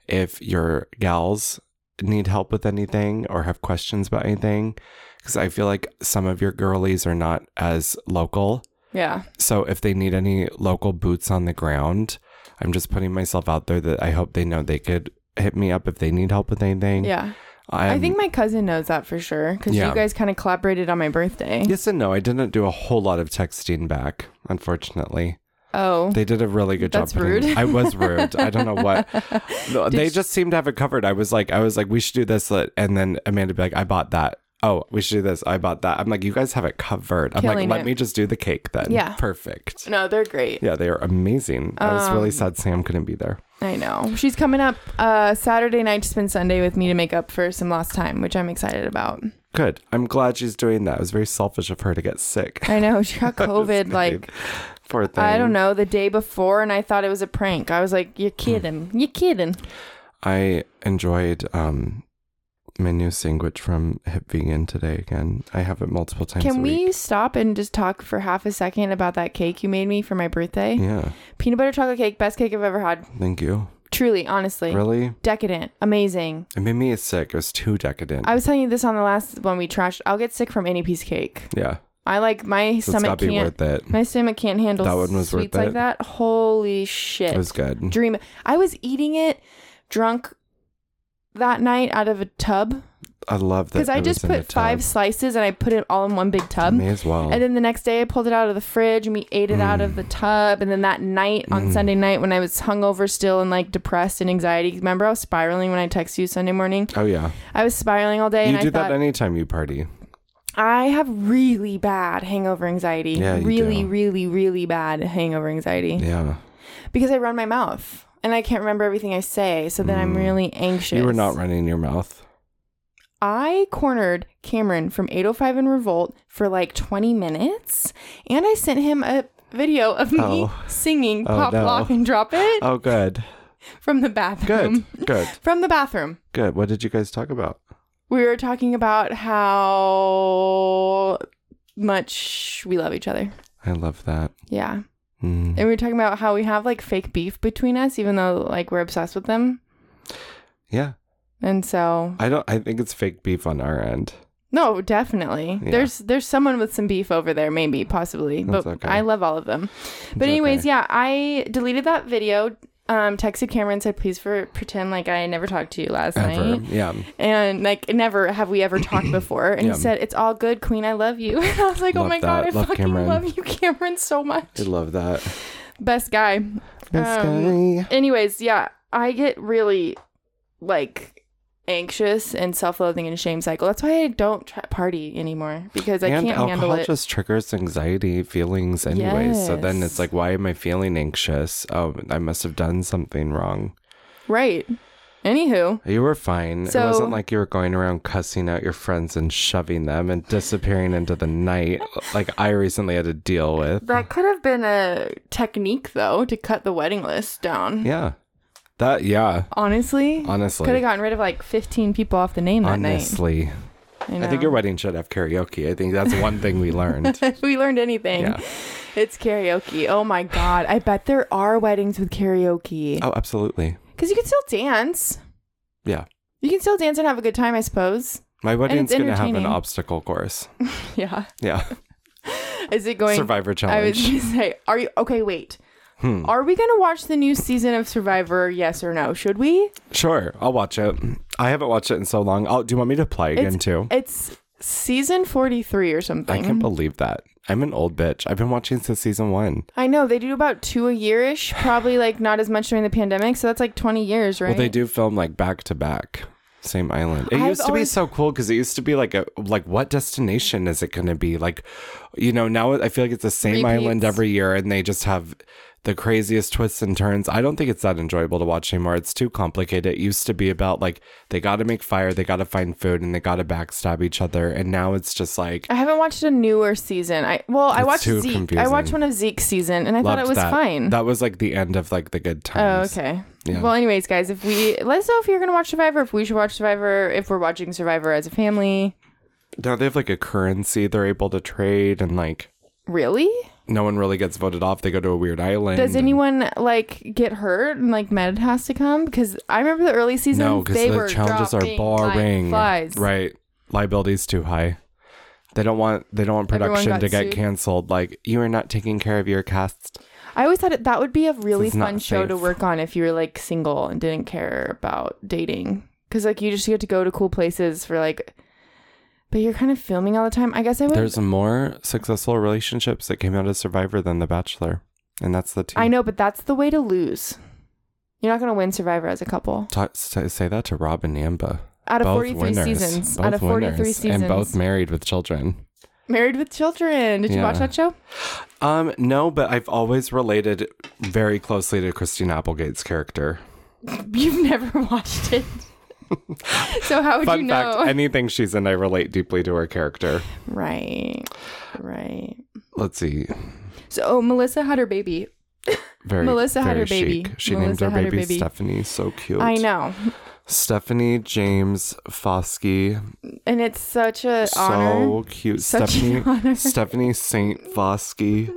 S2: If your gals need help with anything or have questions about anything, because I feel like some of your girlies are not as local.
S1: Yeah.
S2: So if they need any local boots on the ground, I'm just putting myself out there that I hope they know they could hit me up if they need help with anything.
S1: Yeah. I
S2: I'm-
S1: think my cousin knows that for sure because
S2: Yeah.
S1: you guys kind of collaborated on my birthday.
S2: Yes and no. I didn't do a whole lot of texting back, unfortunately.
S1: Oh,
S2: They did a really good
S1: That's
S2: job. putting-
S1: rude.
S2: I was rude. I don't know what. No, they just seemed to have it covered. I was like, I was like, we should do this, uh, and then Amanda be like, I bought that. Oh, we should do this. I bought that. I'm like, you guys have it covered. I'm
S1: Killing
S2: like, let
S1: it.
S2: me just do the cake then.
S1: Yeah.
S2: perfect.
S1: no, they're great.
S2: Yeah, they are amazing. I was
S1: Um,
S2: really sad Sam couldn't be there.
S1: I know. She's coming up uh, Saturday night to spend Sunday with me to make up for some lost time, which I'm excited about.
S2: Good. I'm glad she's doing that. It was very selfish of her to get sick.
S1: I know she got COVID like
S2: Poor thing.
S1: I don't know the day before, and I thought it was a prank. I was like, "You're
S2: Hmm.
S1: kidding! You're kidding!"
S2: I enjoyed um my new sandwich from Hip Vegan today again. I have it multiple times.
S1: Can
S2: a week.
S1: we stop and just talk for half a second about that cake you made me for my birthday?
S2: Yeah.
S1: Peanut butter chocolate cake, best cake I've ever had.
S2: Thank you.
S1: Truly, honestly,
S2: Really?
S1: decadent, amazing.
S2: It made me sick. It was too decadent.
S1: I was telling you this on the last one we trashed. I'll get sick from any piece of cake.
S2: yeah.
S1: I like my
S2: So it's
S1: stomach
S2: got to be
S1: can't.
S2: worth it.
S1: My stomach can't handle
S2: That one was worth
S1: sweets like
S2: it.
S1: that. Holy shit!
S2: It was good.
S1: Dream. I was eating it drunk that night out of a tub
S2: I love that.
S1: Because I
S2: it
S1: just
S2: was in a
S1: put five
S2: tub.
S1: slices and I put it all in one big tub.
S2: May as well.
S1: And then the next day, I pulled it out of the fridge and we ate it out
S2: Mm.
S1: of the tub. And then that night on Sunday night, when I was hungover still and like depressed and anxiety, remember I was spiraling when I text you Sunday morning?
S2: oh yeah,
S1: I was spiraling all day
S2: you
S1: and
S2: do
S1: I thought,
S2: that anytime you party.
S1: I have really bad hangover anxiety.
S2: Yeah, you
S1: really,
S2: do.
S1: really, really bad hangover anxiety
S2: Yeah,
S1: because I run my mouth and I can't remember everything I say. So then I'm really anxious.
S2: Mm. you were not running your mouth.
S1: I cornered Cameron from 805 and Revolt for like 20 minutes, and I sent him a video of me
S2: Oh.
S1: singing
S2: Oh,
S1: Pop
S2: no.
S1: Lock and Drop It
S2: Oh, good,
S1: from the
S2: good,
S1: bathroom.
S2: good,
S1: From the bathroom.
S2: good. What did you guys talk about?
S1: We were talking about how much we love each other.
S2: I love that.
S1: Yeah.
S2: Mm.
S1: And we were talking about how we have like fake beef between us, even though like we're obsessed with them.
S2: Yeah,
S1: And so,
S2: I don't. I think it's fake beef on our end.
S1: no, definitely.
S2: Yeah.
S1: There's there's someone with some beef over there, maybe, possibly.
S2: That's
S1: but
S2: okay.
S1: I love all of them. But
S2: It's
S1: anyways,
S2: okay.
S1: yeah, I deleted that video. Um, texted Cameron said, "Please for pretend like I never talked to you last
S2: Ever.
S1: night,
S2: Yeah.
S1: and like never have we ever talked before." And
S2: Yeah.
S1: he said, "It's all good, Queen. I love you." And I was like, "Oh
S2: Love
S1: my
S2: that.
S1: god, I
S2: Love
S1: fucking
S2: Cameron.
S1: love you, Cameron, so much.
S2: I love that.
S1: Um, Best guy."
S2: Best
S1: Um,
S2: guy.
S1: Anyways, yeah, I get really like anxious and self-loathing and shame cycle. That's why I don't try- party anymore because I
S2: and
S1: can't handle
S2: alcohol
S1: it.
S2: just triggers anxiety feelings anyways. So then
S1: Yes.
S2: it's like, why am I feeling anxious? Oh, I must have done something wrong.
S1: right. Anywho,
S2: You were fine. it
S1: So-
S2: wasn't like you were going around cussing out your friends and shoving them and disappearing into the night like I recently had to deal with.
S1: that could have been a technique though to cut the wedding list down.
S2: Yeah. That yeah,
S1: Honestly,
S2: honestly.
S1: could have gotten rid of like 15 people off the name that
S2: honestly.
S1: night. you
S2: I think
S1: know?
S2: your wedding should have karaoke. I think that's one thing we learned.
S1: if we learned anything,
S2: Yeah.
S1: it's karaoke. Oh my god, I bet there are weddings with karaoke
S2: oh, absolutely.
S1: because you can still dance.
S2: Yeah.
S1: You can still dance and have a good time, I suppose.
S2: My wedding's gonna have an
S1: entertaining.
S2: obstacle course.
S1: Yeah.
S2: Yeah.
S1: Is it going?
S2: Survivor
S1: I was
S2: challenge.
S1: gonna say, are you okay? Wait,
S2: Hmm.
S1: are we gonna watch the new season of Survivor? Yes or no? Should we?
S2: Sure, I'll watch it. I haven't watched it in so long. Oh, do you want me to play again too?
S1: It's season forty-three or something.
S2: I can't believe that. I'm an old bitch. I've been watching since season one.
S1: I know they do about two a year ish. Probably like not as much during the pandemic, so that's like twenty years, right?
S2: Well, they do film like back to back, same island. It
S1: I've
S2: used to be
S1: always-
S2: so cool because it used to be like a like what destination is it going to be? Like, you know, now I feel like it's the same island
S1: Repeats.
S2: every year, and they just have the craziest twists and turns. I don't think it's that enjoyable to watch anymore. It's too complicated. It used to be about like they got to make fire, they got to find food, and they got to backstab each other. And now it's just like
S1: I haven't watched a newer season. I well, I
S2: It's
S1: watched
S2: too
S1: Zeke. I
S2: confusing.
S1: watched one of Zeke's season, and I thought
S2: loved
S1: it was
S2: that.
S1: fine.
S2: That was like the end of like the good
S1: Oh,
S2: times.
S1: okay.
S2: Yeah.
S1: Well, anyways, guys, if we let us know if you're gonna watch Survivor, if we should watch Survivor, if we're watching Survivor as a family.
S2: Now they have like a currency they're able to trade, and like
S1: Really?
S2: no one really gets voted off. They go to a weird island.
S1: Does
S2: and-
S1: anyone like get hurt and like med has to come? Because I remember the early seasons.
S2: No, because
S1: they
S2: the
S1: were
S2: challenges are
S1: dropping
S2: boring.
S1: Like flies.
S2: Right. Liability's too high. They don't want they don't want
S1: Everyone
S2: production
S1: got
S2: to get
S1: sued.
S2: canceled. Like you are not taking care of your cast.
S1: I always thought it, that would be a really
S2: is not
S1: fun show to
S2: safe.
S1: work on if you were like single and didn't care about dating. Because like you just get to go to cool places for like, but you're kind of filming all the time. I guess I would.
S2: There's more successful relationships that came out of Survivor than The Bachelor, and that's the team.
S1: I know, but that's the way to lose. You're not going to win Survivor as a couple.
S2: Ta- say say that to Rob and Amba.
S1: Out of
S2: both
S1: 43
S2: winners,
S1: E seasons.
S2: Both
S1: out of 43
S2: winners,
S1: seasons.
S2: and both married with children.
S1: Married with Children. Did you
S2: Yeah.
S1: watch that show?
S2: Um, no, but I've always related very closely to Christine Applegate's character.
S1: You've never watched it. so how would
S2: Fun
S1: you know?
S2: fact: anything she's in, I relate deeply to her character.
S1: right. Right.
S2: Let's see.
S1: So oh, Melissa had her baby.
S2: Very
S1: Melissa had
S2: very
S1: her baby.
S2: chic. She
S1: Melissa
S2: named her
S1: had her
S2: baby,
S1: baby.
S2: Stephanie. So cute.
S1: I know.
S2: Stephanie James Foskey.
S1: And it's such a honor.
S2: So cute.
S1: Such an honor.
S2: Stephanie Stephanie Saint Foskey.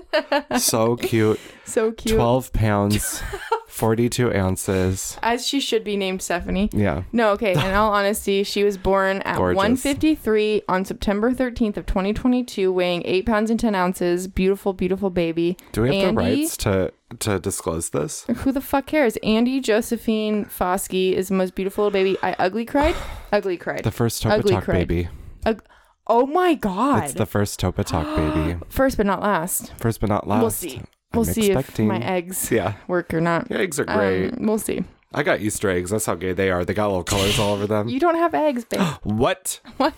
S2: so cute.
S1: So cute.
S2: Twelve pounds. 42 ounces.
S1: As she should be named Stephanie.
S2: Yeah.
S1: No, okay. In all honesty, she was born at
S2: Gorgeous.
S1: 153 on September 13th of 2022, weighing eight pounds and 10 ounces. Beautiful, beautiful baby.
S2: Do we have
S1: Andy,
S2: the rights to to disclose this?
S1: Who the fuck cares? Andy Josephine Foskey is the most beautiful little baby. I ugly cried. Ugly cried.
S2: The first Topa
S1: Ugly
S2: Talk
S1: cried.
S2: baby.
S1: Ug- oh my god.
S2: It's the first Topa Talk baby.
S1: First but not last.
S2: First but not last.
S1: We'll see.
S2: I'm
S1: We'll see
S2: expecting.
S1: if my eggs
S2: Yeah.
S1: work or not.
S2: Your eggs are
S1: Um,
S2: great.
S1: we'll see.
S2: I got Easter eggs. That's how gay they are. They got little colors all over them.
S1: You don't have eggs, babe.
S2: what?
S1: what?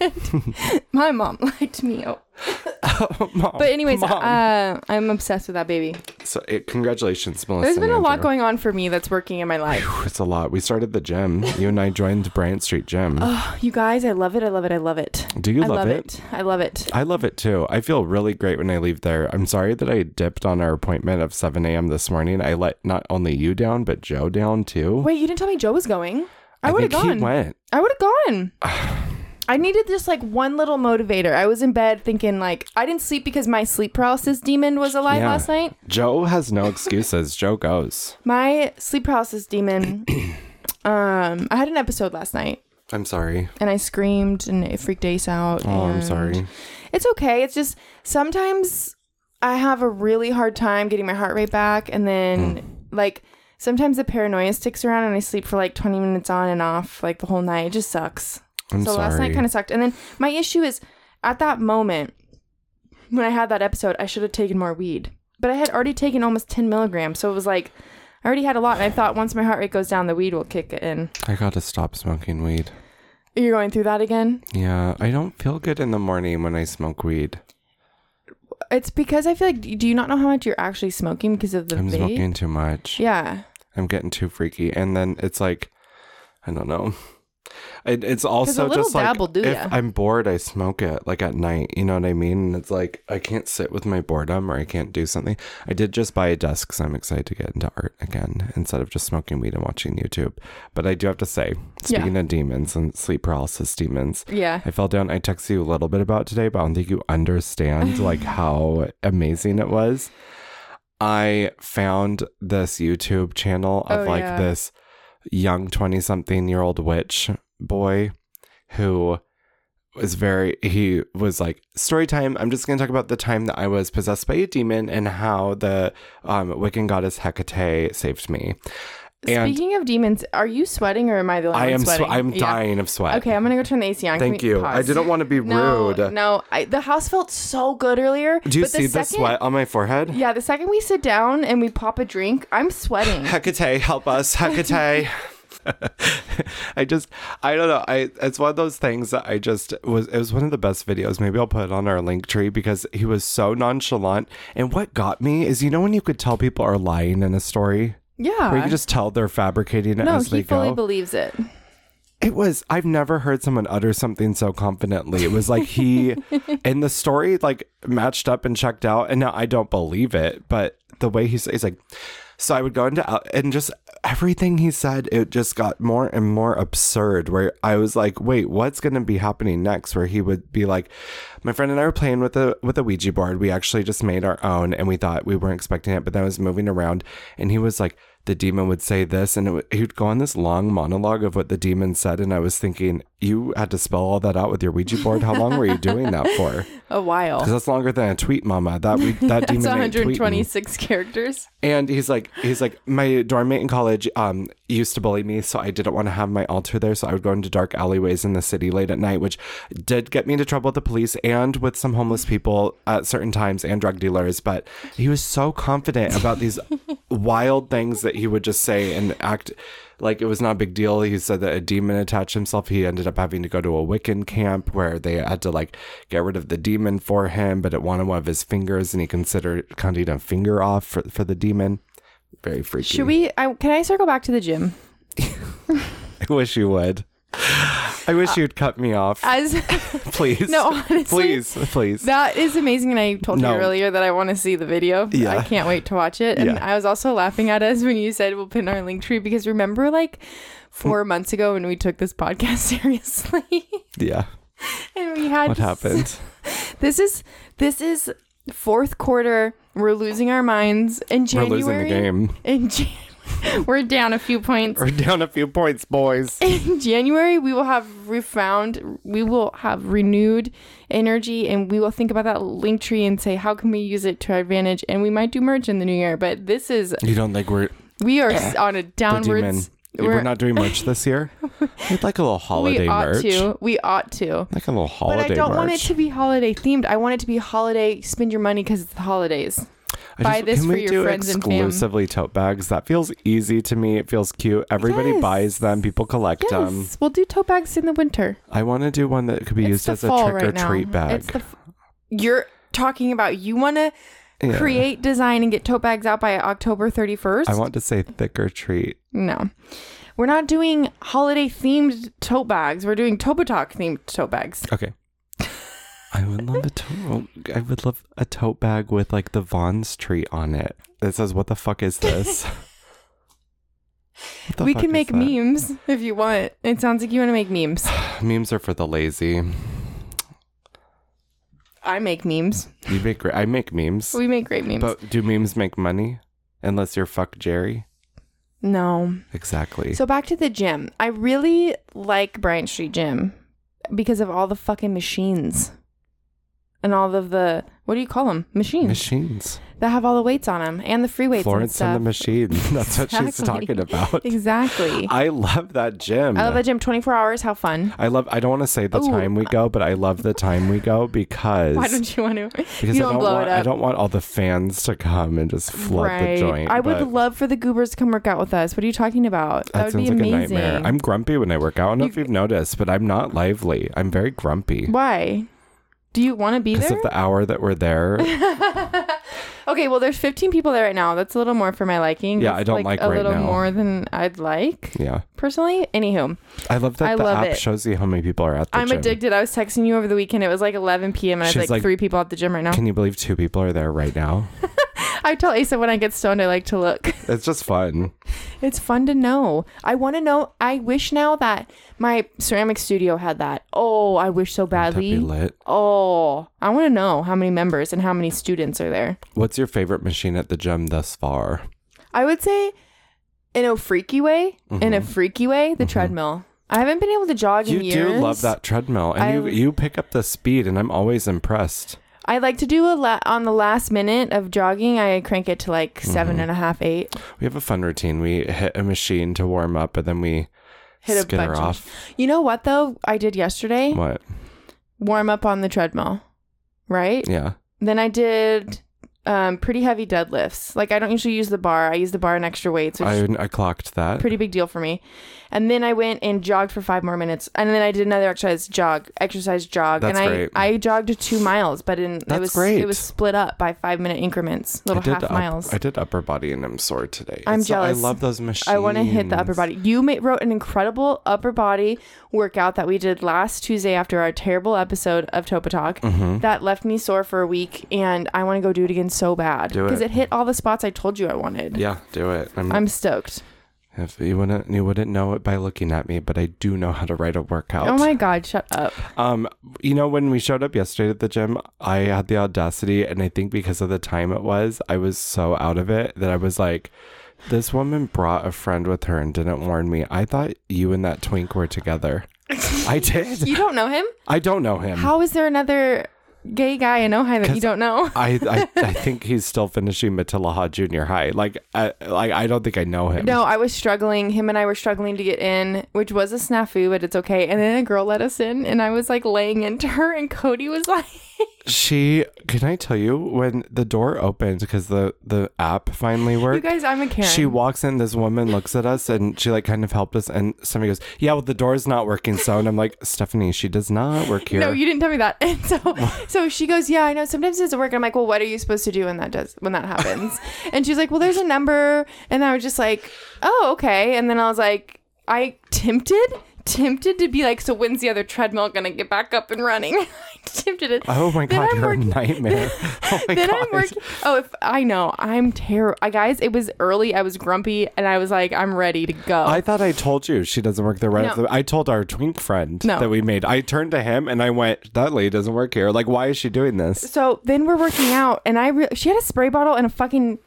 S1: my mom liked me. Oh.
S2: Mom,
S1: But anyways,
S2: Mom.
S1: uh, I'm obsessed with that baby.
S2: so, it, congratulations, Melissa.
S1: There's
S2: and
S1: been a lot
S2: Andrew.
S1: going on for me that's working in my life.
S2: It's a lot. We started the gym. You and I joined Bryant Street Gym.
S1: You guys, I love it. I love it. I love it.
S2: Do you
S1: I
S2: love
S1: love
S2: it?
S1: I love it.
S2: I love it too. I feel really great when I leave there. I'm sorry that I dipped on our appointment of 7 a.m. this morning. I let not only you down, but Joe down too.
S1: Wait, you didn't tell me Joe was going. I, would have
S2: think
S1: gone.
S2: he went.
S1: I would have gone. I needed just like one little motivator. I was in bed thinking like I didn't sleep because my sleep paralysis demon was alive
S2: Yeah.
S1: last night.
S2: Joe has no excuses. Joe goes.
S1: My sleep paralysis demon. um, I had an episode last night
S2: I'm sorry.
S1: and I screamed and it freaked Ace out.
S2: Oh, I'm
S1: and-
S2: sorry.
S1: It's okay. It's just sometimes I have a really hard time getting my heart rate back, and then
S2: Hmm.
S1: like sometimes the paranoia sticks around, and I sleep for like 20 minutes on and off, like the whole night. It just sucks.
S2: I'm
S1: so
S2: sorry.
S1: last night kind of sucked, and then my issue is at that moment when I had that episode, I should have taken more weed, but I had already taken almost 10 milligrams, so it was like. I already had a lot, and I thought once my heart rate goes down, the weed will kick in.
S2: I gotta stop smoking weed.
S1: You're going through that again?
S2: Yeah, I don't feel good in the morning when I smoke weed.
S1: It's because I feel like. Do you not know how much you're actually smoking because of the
S2: I'm
S1: vape?
S2: smoking too much.
S1: Yeah.
S2: I'm getting too freaky, and then it's like, I don't know. It, it's
S1: a
S2: also
S1: little
S2: just like
S1: dab will do
S2: if
S1: ya.
S2: I'm bored, I smoke it like at night. You know what I mean? And it's like I can't sit with my boredom, or I can't do something. I did just buy a desk because I'm excited to get into art again instead of just smoking weed and watching YouTube. But I do have to say,
S1: Yeah.
S2: speaking of demons and sleep paralysis demons,
S1: Yeah.
S2: I fell down. I texted you a little bit about today, but I don't think you understand like how amazing it was. I found this YouTube channel of
S1: Oh,
S2: like
S1: yeah.
S2: this young 20 something year old witch boy who was very he was like story time i'm just going to talk about the time that i was possessed by a demon and how the um, wiccan goddess hecate saved me and
S1: Speaking of demons, are you sweating or am I the only
S2: i
S1: one
S2: am swe-
S1: sweating?
S2: i'm
S1: Yeah.
S2: dying of sweat
S1: Okay, I'm gonna go turn the AC on. Can
S2: thank
S1: we
S2: you i
S1: pause?
S2: didn't want to be
S1: No,
S2: rude
S1: No, I, the house felt so good earlier.
S2: Do you
S1: but
S2: see the,
S1: second,
S2: sweat on my forehead?
S1: Yeah, the second we sit down and we pop a drink, I'm sweating.
S2: Hecate, help us, Hecate. I just, I don't know. I it's one of those things that I just was. It was one of the best videos. Maybe I'll put it on our link tree because he was so nonchalant. And what got me is, you know, when you could tell people are lying in a story,
S1: yeah.
S2: where you can just tell they're fabricating it
S1: Uh. no,
S2: as they
S1: he fully
S2: go.
S1: believes it.
S2: It was, I've never heard someone utter something so confidently. It was like he, and the story like matched up and checked out. And now I don't believe it, but the way he's, he's like, so I would go into, out- and just everything he said, it just got more and more absurd. Where I was like, wait, what's going to be happening next? Where he would be like, my friend and I were playing with a, with a Ouija board. We actually just made our own and we thought we weren't expecting it, but then it was moving around. And he was like, the demon would say this and it would, he'd go on this long monologue of what the demon said and i was thinking you had to spell all that out with your ouija board how long were you doing that for
S1: A while.
S2: because that's longer than a tweet mama that we that
S1: That's
S2: demon ain't tweeting.
S1: 126 characters.
S2: and he's like he's like my dormmate in college um used to bully me so i didn't want to have my altar there so i would go into dark alleyways in the city late at night which did get me into trouble with the police and with some homeless people at certain times and drug dealers but he was so confident about these wild things that he would just say and act like it was not a big deal. He said that a demon attached himself. He ended up having to go to a Wiccan camp where they had to like get rid of the demon for him, but it wanted one of his fingers, and he considered cutting a finger off for, for the demon. Very freaky.
S1: Should we? I, can I circle back to the gym?
S2: I wish you would. I wish you'd cut me off,
S1: As
S2: please.
S1: no, honestly,
S2: please, please.
S1: That is amazing, and I told
S2: No.
S1: you earlier that I want to see the video.
S2: Yeah.
S1: I can't wait to watch it. And
S2: Yeah.
S1: I was also laughing at us when you said we'll pin our link tree because remember, like
S2: Hmm.
S1: four months ago, when we took this podcast seriously,
S2: yeah.
S1: and we had
S2: What happened?
S1: This is this is fourth quarter. We're losing our minds in
S2: We're
S1: January.
S2: losing the game.
S1: In Jan-
S4: We're down a few points.
S2: We're down a few points, boys.
S1: in January, we will have refound, we will have renewed energy, and we will think about that link tree and say, how can we use it to our advantage? And we might do merch in the new year, but this is,
S2: You don't think we're
S1: we are s- on a
S2: we're demon.
S1: downwards.
S2: We're,
S1: we're-
S2: not doing merch this year. We'd like a little holiday
S1: we ought
S2: merch.
S1: to. We ought to.
S2: Like a little
S1: But
S2: holiday
S1: I don't
S2: merch.
S1: want it to be holiday themed. I want it to be holiday, spend your money because it's the holidays.
S2: I
S1: buy this
S2: can
S1: for
S2: we
S1: your
S2: do
S1: friends and fam.
S2: exclusively tote bags. That feels easy to me. It feels cute. Everybody
S1: Yes.
S2: buys them. People collect
S1: Yes.
S2: them.
S1: we'll do tote bags in the winter.
S2: I want to do one that could be
S1: It's
S2: used
S1: the
S2: as a
S1: fall
S2: trick or
S1: right now.
S2: treat bag.
S1: It's the f- you're talking about you want to
S2: Yeah.
S1: create design and get tote bags out by October 31st?
S2: I want to say thick or treat.
S1: no. We're not doing holiday themed tote bags. We're doing Tobotok themed tote bags.
S2: Okay. I would love a tote. I would love a tote bag with like the Vaughn's tree on it. That says, "What the fuck is this?" What the
S1: We
S2: fuck
S1: can
S2: is
S1: make
S2: that?
S1: memes if you want. It sounds like you want to make memes.
S2: Memes are for the lazy.
S1: I make memes.
S2: You make. Great, I make memes.
S1: We make great memes.
S2: But do memes make money? Unless you're fuck Jerry.
S1: no.
S2: Exactly.
S1: So back to the gym. I really like Bryant Street Gym because of all the fucking machines and all of the what do you call them? Machines
S2: machines.
S1: that have all the weights on them and the free weights.
S2: Florence and, the
S1: and
S2: machine. That's what she's
S4: Exactly.
S2: talking about.
S1: stuff. Exactly. I,
S2: I love that gym.
S1: love the gym. Twenty four hours. How fun.
S2: I love. I don't want to say the
S1: Ooh.
S2: time we go, but I love the time we go because
S1: Why don't you want to?
S2: because
S1: you
S2: I
S1: don't
S2: don't
S1: blow
S2: want
S1: it up.
S2: I don't want all the fans to come and just flood the joint.
S1: I would
S2: but
S1: love for the goobers to come work out with us. What are you talking about? That,
S2: That
S1: would
S2: sounds
S1: be
S2: like
S1: amazing.
S2: a nightmare. I'm grumpy when I work out. I don't know if you've noticed, but I'm not lively. I'm very grumpy
S1: Why? Do you want to be
S2: because
S1: there?
S2: of the hour that we're there.
S1: Okay, well, there's 15 people there right now. That's a little more for my liking.
S2: Yeah,
S1: That's
S2: I don't like
S1: a
S2: right
S1: little
S2: now.
S1: more than I'd like
S2: yeah,
S1: personally. Anywho,
S2: I love that
S1: I
S2: the
S1: love
S2: app
S1: it.
S2: shows you how many people are at the
S1: I'm
S2: gym.
S1: addicted. I was texting you over the weekend. It was like 11 p.m. and I was
S2: She's
S1: like,
S2: like-
S1: three people at the gym right now.
S2: Can you believe two people are there right now?
S1: I tell Asa when I get stoned, I like to look.
S2: It's just fun.
S1: it's fun to know. I want to know. I wish now that my ceramic studio had that. Oh, I wish so
S2: That'd be
S1: badly.
S2: lit.
S1: Oh, I want to know how many members and how many students are there.
S2: What's your favorite machine at the gym thus far?
S1: I would say, in a freaky way, in a freaky way, the treadmill. I haven't been able to jog
S2: Mm-hmm. You
S1: in years.
S2: do love that treadmill, and you
S1: I-
S2: you pick up the speed, and I'm always impressed.
S1: I like to do a la- on the last minute of jogging. I crank it to like
S2: Mm-hmm.
S1: seven and a half, eight.
S2: We have a fun routine. We hit a machine to warm up, and then we
S1: Hit a
S2: skitter
S1: bunch of-
S2: off.
S1: You know what though? I did yesterday
S2: What?
S1: warm up on the treadmill, right?
S2: Yeah.
S1: Then I did um, pretty heavy deadlifts. Like I don't usually use the bar. I use the bar and extra weights, which
S2: I, I clocked that.
S1: pretty big deal for me. And then I went and jogged for five more minutes, and then I did another exercise jog, exercise jog,
S2: That's
S1: and I
S2: great.
S1: I jogged two miles, but in it
S2: That's
S1: was
S2: great.
S1: it was split up by five minute increments,
S2: I
S1: little
S2: did
S1: half
S2: up-
S1: miles.
S2: I did upper body and I'm sore today.
S1: I'm
S2: It's not-
S1: jealous.
S2: I love those machines.
S1: I want to hit the upper body. You ma- wrote an incredible upper body workout that we did last Tuesday after our terrible episode of Topa Talk
S2: Mm-hmm.
S1: that left me sore for a week, and I want to go do it again so bad
S2: Do
S1: because
S2: it.
S1: it. hit all the spots I told you I wanted.
S2: Yeah, do it. I'm,
S1: I'm stoked.
S2: if you wouldn't you wouldn't know it by looking at me, but I do know how to write a workout.
S1: Oh my god, shut up!
S2: Um, you know, when we showed up yesterday at the gym, I had the audacity, and I think because of the time it was, I was so out of it that I was like, this woman brought a friend with her and didn't warn me. I thought you and that twink were together. I did.
S1: You don't know him?
S2: I don't know him.
S1: How is there another gay guy in Ohio that you
S2: 'Cause
S1: don't know?
S2: I, I I think he's still finishing Matilaha Junior High. Like I like I don't think I know him.
S1: No, I was struggling. Him and I were struggling to get in, which was a snafu, but it's okay. And then a girl let us in, and I was like laying into her, and Cody was like,
S2: She can I tell you when the door opened because the the app finally
S1: "You
S2: worked.
S1: guys, I'm a Karen."
S2: She walks in, this woman looks at us and she like kind of helped us and somebody goes, Yeah, well the door's not working so and I'm like, Stephanie, she does not work here.
S1: No, you didn't tell me that. And so, so she goes, "Yeah, I know. Sometimes it doesn't work." And I'm like, "Well, what are you supposed to do when that does when that happens?" and she's like, "Well, there's a number." And I was just like, "Oh, okay." And then I was like, I tempted, tempted to be like, "So when's the other treadmill gonna get back up and running?" I tempted it.
S2: oh my
S1: Then
S2: god,
S1: I'm
S2: you're
S1: working-
S2: a nightmare. oh my
S1: then
S2: god.
S1: I'm working. Oh, if I know, I'm terrible. Guys, it was early. I was grumpy, and I was like, I'm ready to go.
S2: I thought I told you she doesn't work there. Right
S1: No.
S2: off the- I told our twink friend
S1: No.
S2: that we made. I turned to him and I went, "That lady doesn't work here. Like, why is she doing this?"
S1: so then we're working out, and I re- she had a spray bottle and a fucking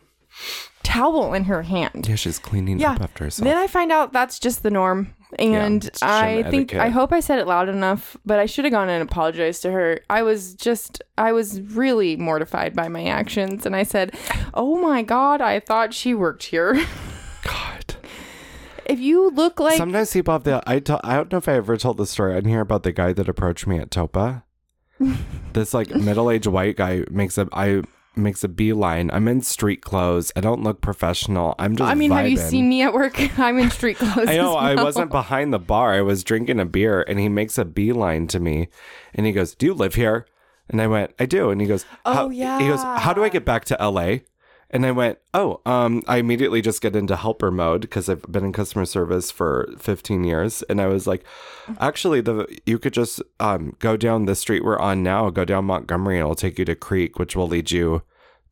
S1: towel in her hand.
S3: Yeah, she's cleaning
S1: Yeah.
S3: up after herself.
S1: Then I find out that's just the norm. And
S2: it's just
S1: I
S2: an
S1: think, I
S2: etiquette.
S1: hope I said it loud enough, but I should have gone and apologized to her. I was just, I was really mortified by my actions. And I said, Oh my God, I thought she worked here.
S2: God.
S1: if you look like,
S2: Sometimes people have the. I to- I don't know if I ever told the story on here about the guy that approached me at Topa. this like middle aged white guy makes a I makes a beeline. I'm in street clothes. I don't look professional. I'm just.
S1: I mean, have you
S2: vibing.
S1: seen me at work? I'm in street clothes.
S2: I know.
S1: as
S2: I
S1: well.
S2: wasn't behind the bar. I was drinking a beer, and he makes a beeline to me, and he goes, "Do you live here?" And I went, "I do." And he goes,
S1: Oh,
S2: "How-" He goes, "How do I get back to LA?" And I went, "Oh, um, I immediately just get into helper mode because I've been in customer service for 15 years." And I was like, "Actually, the you could just um go down the street we're on now, go down Montgomery, and it'll take you to Creek, which will lead you."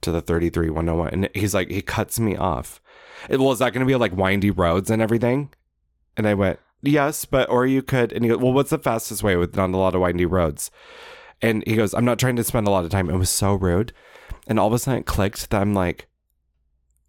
S2: to the 33101 and he's like he cuts me off it, well is that going to be like windy roads and everything and i went yes but or you could and he goes well what's the fastest way with not a lot of windy roads and he goes i'm not trying to spend a lot of time it was so rude and all of a sudden it clicked that i'm like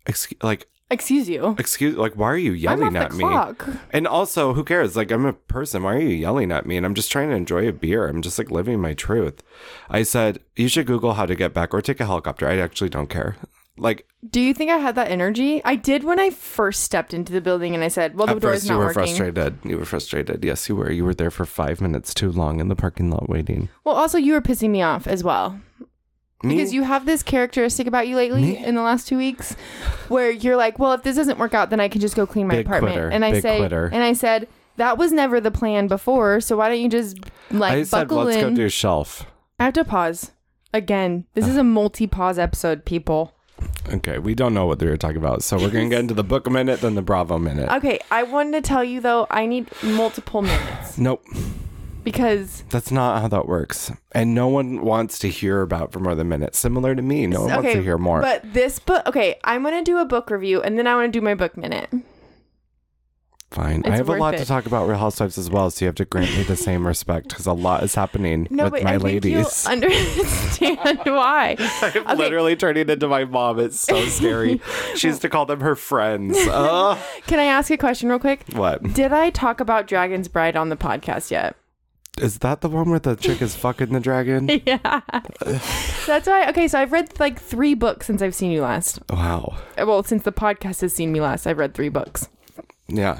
S2: excuse like
S1: Excuse you.
S2: excuse like why are you yelling
S1: I'm off
S2: at
S1: the
S2: me
S1: clock.
S2: and also who cares like i'm a person why are you yelling at me and i'm just trying to enjoy a beer i'm just like living my truth i said you should google how to get back or take a helicopter i actually don't care like
S1: Do you think I had that energy? I did when I first stepped into the building and I said, well, the
S2: At
S1: door is
S2: first,
S1: not
S2: you were
S1: working.
S2: frustrated. You were frustrated. Yes, you were. You were there for five minutes too long in the parking lot waiting.
S1: Well, also, you were pissing me off as well.
S2: Me?
S1: Because you have this characteristic about you lately
S2: Me?
S1: in the last two weeks where you're like, well, if this doesn't work out, then I can just go clean my
S2: Big
S1: apartment.
S2: quitter.
S1: And I
S2: Big
S1: say,
S2: quitter.
S1: and I said, that was never the plan before. So why don't you just like
S2: I said,
S1: buckle
S2: let's go
S1: in?
S2: do shelf.
S1: I have to pause again. This is a multi pause episode, people.
S2: Okay, we don't know what they were talking about, so we're gonna get into the book minute, then the Bravo minute.
S1: Okay, I wanted to tell you though, I need multiple minutes
S2: nope,
S1: because
S2: that's not how that works. And no one wants to hear about for more than a minute. Similar to me, no one wants
S1: okay,
S2: to hear more.
S1: But this book, okay, I'm gonna do a book review and then I want to do my book minute.
S2: Fine,
S1: it's
S2: I have a
S1: worth
S2: lot
S1: it.
S2: to talk about Real Housewives as well, so you have to grant me the same respect because a lot is happening
S1: No,
S2: with
S1: but
S2: my
S1: I
S2: ladies.
S1: think you understand why.
S2: I'm
S1: Okay.
S2: literally turning into my mom. It's so scary. she used to call them her friends. Ugh.
S1: Can I ask a question real quick?
S2: what?
S1: Did I talk about Dragon's Bride on the podcast yet?
S2: Is that the one where the chick is fucking the dragon?
S1: Yeah. That's why. Okay, so I've read like three books since I've seen you last.
S2: Wow.
S1: Uh, Well, since the podcast has seen me last, I've read three books.
S2: Yeah.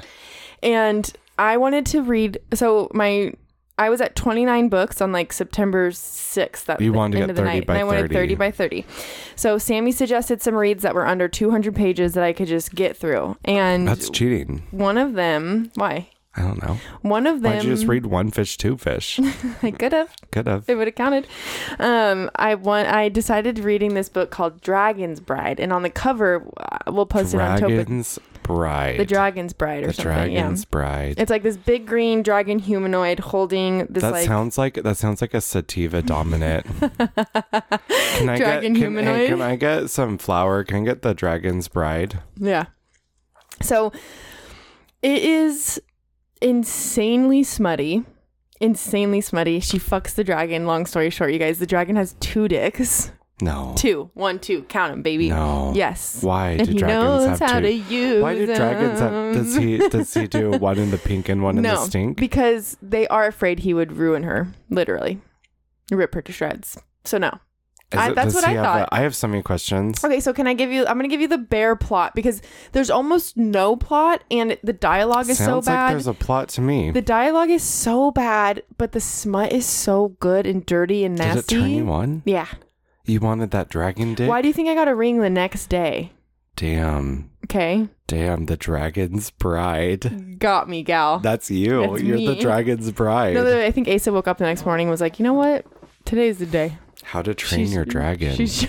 S1: And I wanted to read. So my. I was at 29 books on like September 6th. That
S2: You wanted to
S1: end
S2: get
S1: of the
S2: 30
S1: night,
S2: by
S1: and I wanted
S2: 30.
S1: 30 by 30. So Sammy suggested some reads that were under 200 pages that I could just get through. And
S2: That's cheating.
S1: one of them, why?
S2: I don't know.
S1: One of them.
S2: Why'd you just read one fish, two fish?
S1: I could have.
S2: Could have.
S1: It would have counted. Um, I want. I decided reading this book called Dragon's Bride, and on the cover, uh, we'll post it on Topic.
S2: Dragon's Bride.
S1: The Dragon's Bride or
S2: The
S1: something.
S2: Dragon's
S1: yeah.
S2: Bride.
S1: It's like this big green dragon humanoid holding this
S2: that
S1: like.
S2: sounds like that sounds like a sativa dominant. can
S1: Dragon
S2: I get, can, hey,
S1: humanoid?
S2: can I get some flour? Can I get the Dragon's Bride?
S1: Yeah. So it is insanely smutty. Insanely smutty. She fucks the dragon. Long story short, you guys, the dragon has two dicks.
S2: No.
S1: Two. One, two. Count them, baby.
S2: No.
S1: Yes.
S2: Why
S1: And
S2: do
S1: he
S2: dragons
S1: knows
S2: have
S1: how
S2: two?
S1: to use
S2: Why do dragons have? Does
S1: them.
S2: he does he do one in the pink and one in the
S1: no,
S2: stink?
S1: because they are afraid he would ruin her, literally, rip her to shreds. So no.
S2: Is
S1: I-
S2: it-
S1: that's
S2: does
S1: what
S2: he
S1: I
S2: have a-
S1: thought.
S2: I have so many questions.
S1: Okay, so can I give you? I'm gonna give you the bare plot because there's almost no plot, and it- the dialogue is
S2: Sounds
S1: so
S2: like
S1: bad.
S2: there's a plot to me.
S1: the dialogue is so bad, but the smut is so good and dirty and
S2: Did it
S1: nasty.
S2: turn you on?
S1: Yeah.
S2: You wanted that dragon dick?
S1: Why do you think I got a ring the next day?
S2: Damn.
S1: Okay,
S2: Damn, the dragon's bride.
S1: got me, gal.
S2: That's you.
S1: That's
S2: You're the
S1: me.
S2: dragon's bride.
S1: no, no, I think Asa woke up the next morning and was like, you know what? Today's the day.
S2: How to train
S1: She's-
S2: your dragon.
S1: She's.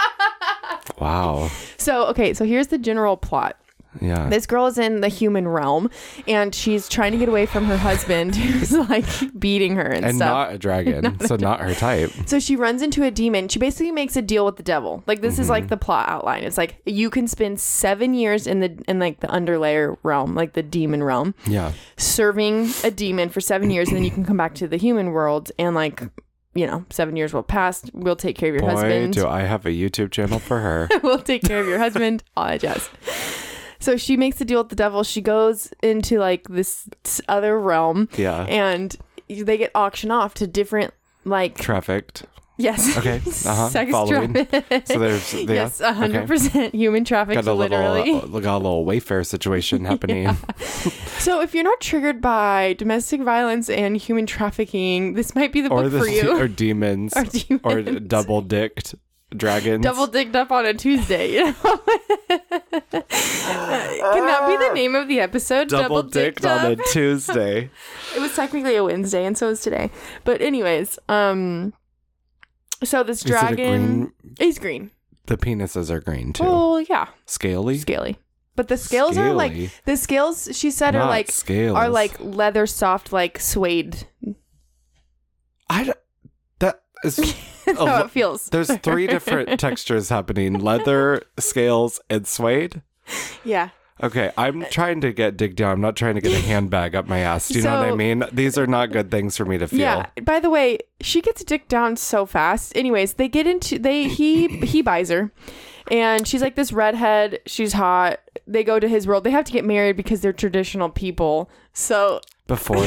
S2: wow.
S1: So, okay, so here's the general plot.
S2: Yeah.
S1: This girl is in the human realm and she's trying to get away from her husband who's like beating her and,
S2: and
S1: stuff.
S2: not a dragon. so not her type.
S1: so she runs into a demon. She basically makes a deal with the devil. Like this is
S2: Mm-hmm.
S1: like the plot outline. It's like you can spend 7 years in the in like the underlayer realm, like the demon realm,
S2: Yeah.
S1: serving a demon for 7 years and then you can come back to the human world and like you know, seven years will pass. We'll take care of your
S2: Boy,
S1: husband.
S2: do I have a YouTube channel for her.
S1: we'll take care of your husband. All that jazz. So she makes a deal with the devil. She goes into like this other realm,
S2: Yeah.
S1: and they get auctioned off to different like
S2: Trafficked.
S1: yes,
S2: Okay. Uh-huh.
S1: sex
S2: Following.
S1: traffic.
S2: So there's yeah.
S1: yes, a hundred
S2: Okay.
S1: percent human traffic,
S2: Got a
S1: literally.
S2: little, uh, got a little Wayfair situation happening.
S1: So if you're not triggered by domestic violence and human trafficking, this might be the
S2: or
S1: book
S2: the
S1: for you.
S2: or demons
S1: Or demons.
S2: or double dicked dragons.
S1: Double digged up on a Tuesday. You know? Can that be the name of the episode?
S2: Ah. double
S1: dicked
S2: dicked on a Tuesday.
S1: It was technically a Wednesday, and so is today. But anyways, um, so this
S2: Is it a
S1: dragon is green.
S2: The penises are green too.
S1: Oh yeah,
S2: Scaly.
S1: scaly. But the scales are
S2: Scaly?
S1: like the scales. She said are
S2: Not
S1: like
S2: scales.
S1: are like leather soft, like suede.
S2: I d- that is
S1: That's
S2: Oh,
S1: how
S2: le-
S1: it feels.
S2: there's three different textures happening: leather, scales, and suede.
S1: Yeah.
S2: Okay, I'm
S1: Uh,
S2: trying to get dig down. I'm not trying to get a handbag up my ass. Do you know what I
S1: So-
S2: mean? These are not good things for me to feel.
S1: Yeah. By the way, she gets dick down so fast. Anyways, they get into they he he buys her, and she's like this redhead. She's hot. They go to his world. They have to get married because they're traditional people. So
S2: Before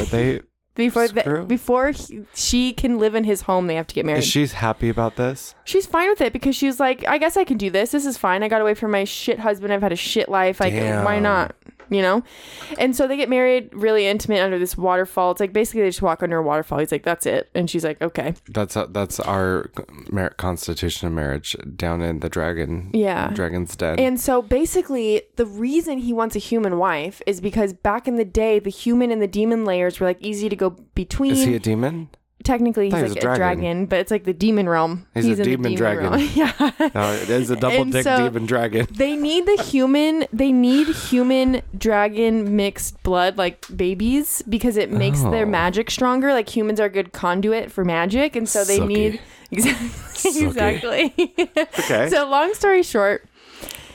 S2: they
S1: before the,
S2: Screw.
S1: before he, she can live in his home, they have to get married.
S2: is she's happy about this?
S1: She's fine with it because she was like, I guess I can do this. This is fine. I got away from my shit husband. I've had a shit life. Like,
S2: Damn.
S1: why not? You know? And so they get married really intimate under this waterfall. It's like basically they just walk under a waterfall. He's like, that's it. And she's like, okay.
S2: That's uh, that's our mar- constitution of marriage down in the dragon.
S1: Yeah.
S2: dragon's den.
S1: And so basically, the reason he wants a human wife is because back in the day, the human and the demon layers were like easy to go between.
S2: is he a demon?
S1: Technically, he's
S2: thought
S1: like
S2: he
S1: a
S2: was
S1: dragon.
S2: a dragon.
S1: but it's like the demon realm.
S2: He's a
S1: in the
S2: demon dragon. Oh.
S1: realm. yeah.
S2: No, it is a double
S1: And
S2: dick
S1: so-
S2: demon dragon.
S1: They need the human. They need human dragon mixed blood, like babies, because it makes their
S2: Oh.
S1: magic stronger. Like humans are a good conduit for magic, and so they
S2: Sucky.
S1: need exactly. Exactly.
S2: Okay.
S1: so long story short,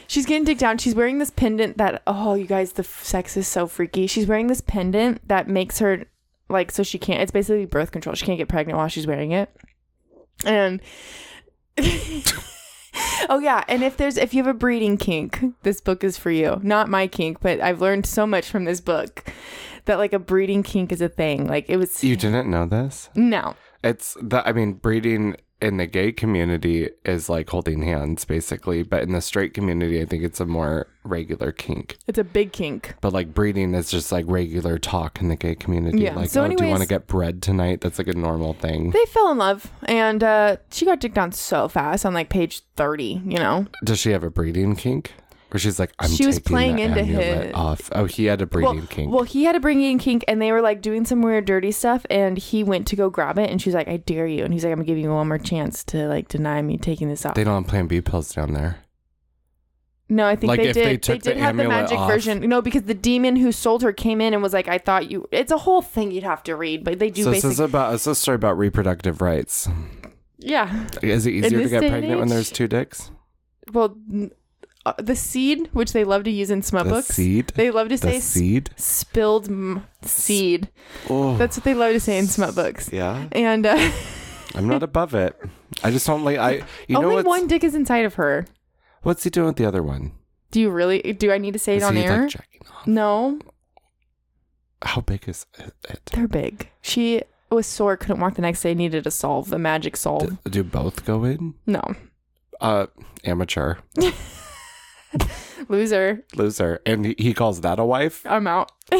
S1: she's getting digged down. She's wearing this pendant that oh, you guys, the f- sex is so freaky. She's wearing this pendant that makes her like so she can't. It's basically birth control. She can't get pregnant while she's wearing it, and. Oh yeah, and if there's if you have a breeding kink, this book is for you. Not my kink, but I've learned so much from this book that like a breeding kink is a thing. Like it was
S2: you didn't know this?
S1: no.
S2: It's the I mean, breeding in the gay community is like holding hands basically, but in the straight community I think it's a more regular kink.
S1: It's a big kink.
S2: But like breeding is just like regular talk in the gay community.
S1: Yeah.
S2: Like,
S1: So
S2: oh, do you
S1: anyways-
S2: want to get bread tonight? That's like a normal thing.
S1: They fell in love and uh she got dicked on so fast on like page 30, you know.
S2: Does she have a breeding kink? Where she's like, I'm
S1: She was
S2: taking
S1: playing
S2: the
S1: into
S2: amulet
S1: his-
S2: off. Oh, he had a breeding
S1: well,
S2: kink.
S1: well, he had a bringing kink and they were like doing some weird dirty stuff and he went to go grab it and she's like I dare you and he's like I'm going to give you one more chance to like deny me taking this off.
S2: they don't have Plan B pills down there.
S1: No, I think
S2: Like,
S1: they
S2: if
S1: did.
S2: they
S1: They,
S2: took the
S1: did have the
S2: amulet
S1: magic
S2: off-
S1: version. No, because the demon who sold her came in and was like, "I thought you." It's a whole thing you'd have to read, but they do
S2: so this is
S1: basically.
S2: about it's a story about reproductive rights.
S1: yeah.
S2: Is it easier to
S1: this
S2: get
S1: day and
S2: pregnant when
S1: age?
S2: there's two dicks?
S1: Well, n- uh, the seed, which they love to use in smut
S2: The
S1: books,
S2: seed?
S1: they love to
S2: The
S1: say s-
S2: seed?
S1: spilled m- seed.
S2: Oh,
S1: That's what they love to say in smut books.
S2: yeah.
S1: And uh,
S2: I'm not above it. I just don't like. I you know
S1: only
S2: what's,
S1: one dick is inside of her.
S2: what's he doing with the other one?
S1: Do you really? Do I need to say it
S2: Is
S1: on
S2: he
S1: air?
S2: like jacking off?
S1: no,
S2: How big is uh, it?
S1: they're big. She was sore, couldn't walk the next day, needed a solve, a magic solve.
S2: uh, Do, do both go in?
S1: no,
S2: Uh, amateur
S1: loser.
S2: loser, and he, he calls that a wife.
S1: I'm out.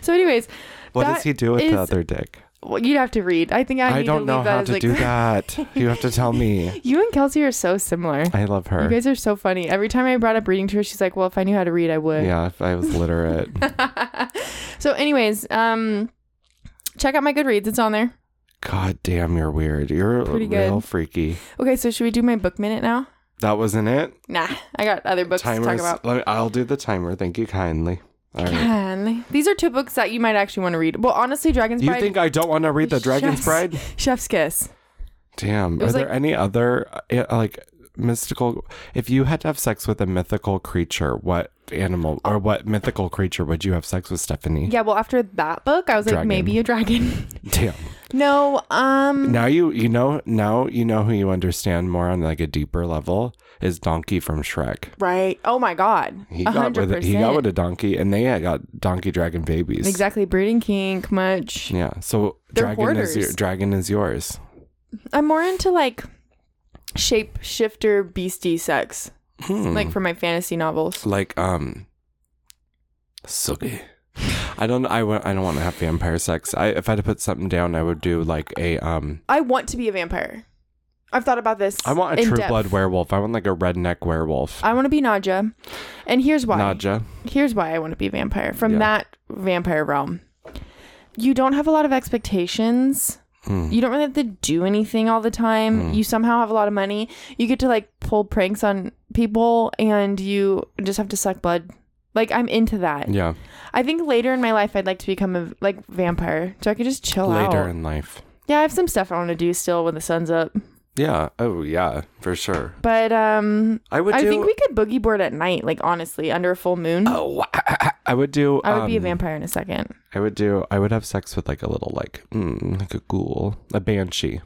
S1: so, anyways,
S2: What does
S1: That
S2: he do with
S1: is-
S2: the other dick?
S1: well, you'd have to read. I think I,
S2: I
S1: need
S2: don't
S1: to
S2: know
S1: leave that
S2: how
S1: as
S2: to
S1: like,
S2: do that. You have to tell me.
S1: You and Kelsey are so similar.
S2: I love
S1: You
S2: her.
S1: guys are so funny. Every time I brought up reading to her, she's like, "Well, if I knew how to read, I would."
S2: yeah, if I was literate.
S1: so, anyways, um, check out my Goodreads. It's on there.
S2: God damn, you're weird. You're
S1: Pretty good.
S2: real freaky.
S1: Okay, so should we do my book minute now?
S2: That wasn't it.
S1: Nah, I got other books
S2: Timers.
S1: to talk about.
S2: Let me, I'll do the timer. Thank you kindly. All right.
S1: Man, these are two books that you might actually want to read. Well, honestly, Dragon's
S2: You
S1: Bride,
S2: think I don't want to read the Dragon's
S1: Yes.
S2: Bride?
S1: Chef's Kiss.
S2: Damn. Are
S1: was
S2: there
S1: like-
S2: any other uh, like mystical? If you had to have sex with a mythical creature, what animal
S1: Oh.
S2: or what mythical creature would you have sex with, Stephanie?
S1: Yeah, well, after that book, I was like,
S2: Dragon.
S1: maybe a dragon.
S2: Damn.
S1: No, um,
S2: Now you you know now you know who you understand more on like a deeper level is Donkey from Shrek.
S1: right. Oh my God.
S2: He
S1: A
S2: got
S1: hundred
S2: with he got
S1: percent.
S2: with a donkey, and they had got donkey dragon babies.
S1: Exactly. Breeding kink much.
S2: Yeah. So
S1: They're
S2: dragon is your,
S1: hoarders.
S2: dragon is yours.
S1: I'm more into like shapeshifter beastie sex,
S2: Hmm.
S1: like for my fantasy novels.
S2: like um Suki. I don't I want I don't want to have vampire sex. I if I had to put something down I would do like a um
S1: I want to be a vampire. I've thought about this.
S2: I want a
S1: in
S2: true
S1: depth.
S2: blood werewolf. I want like a redneck werewolf.
S1: I want to be Naja. And here's Uh, why.
S2: Nadja.
S1: Here's why I want to be a vampire from
S2: Yeah.
S1: that vampire realm. You don't have a lot of expectations.
S2: Hmm.
S1: You don't really have to do anything all the time. You somehow have a lot of money. You get to like pull pranks on people and you just have to suck blood. Like I'm into that.
S2: Yeah.
S1: I think later in my life I'd like to become a like vampire so I could just chill
S2: Later
S1: out.
S2: in life.
S1: yeah, I have some stuff I want to do still when the sun's up.
S2: Yeah. Oh yeah, for sure.
S1: But um
S2: I would
S1: I
S2: do
S1: think we could boogie board at night, like honestly, under a full moon.
S2: Oh, I would do
S1: I would be a
S2: um,
S1: vampire in a second.
S2: I would do I would have sex with like a little like mm, like a ghoul, a banshee.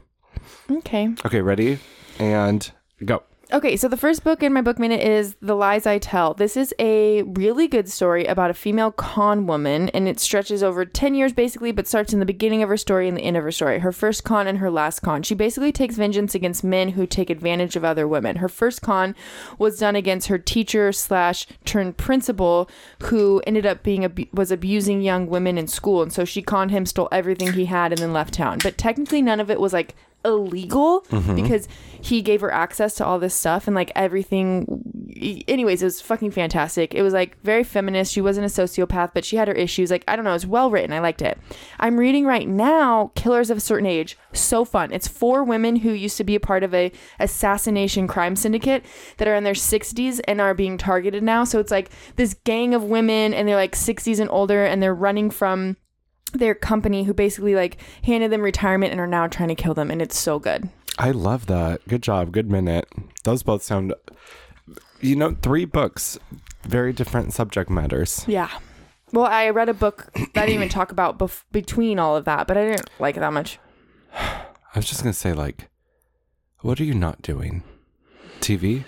S1: Okay.
S2: Okay, ready? And go.
S1: Okay, so the first book in my book minute is The Lies I Tell. This is a really good story about a female con woman, and it stretches over 10 years basically, but starts in the beginning of her story and the end of her story. Her first con and her last con. She basically takes vengeance against men who take advantage of other women. Her first con was done against her teacher slash turned principal, who ended up being abu- was abusing young women in school, and so she conned him, stole everything he had, and then left town. But technically, none of it was like illegal because he gave her access to all this stuff and like everything anyways it was fucking fantastic it was like very feminist she wasn't a sociopath but she had her issues like i don't know it's well written i liked it i'm reading right now killers of a certain age so fun it's four women who used to be a part of a assassination crime syndicate that are in their 60s and are being targeted now so it's like this gang of women and they're like 60s and older and they're running from their company who basically like handed them retirement and are now trying to kill them and it's so good
S2: I love that. Good job. Good minute. Those both sound, you know, three books, very different subject matters.
S1: yeah well i read a book that i didn't even talk about bef- between all of that but i didn't like it that much
S2: I was just going to say, like, what are you not doing? TV?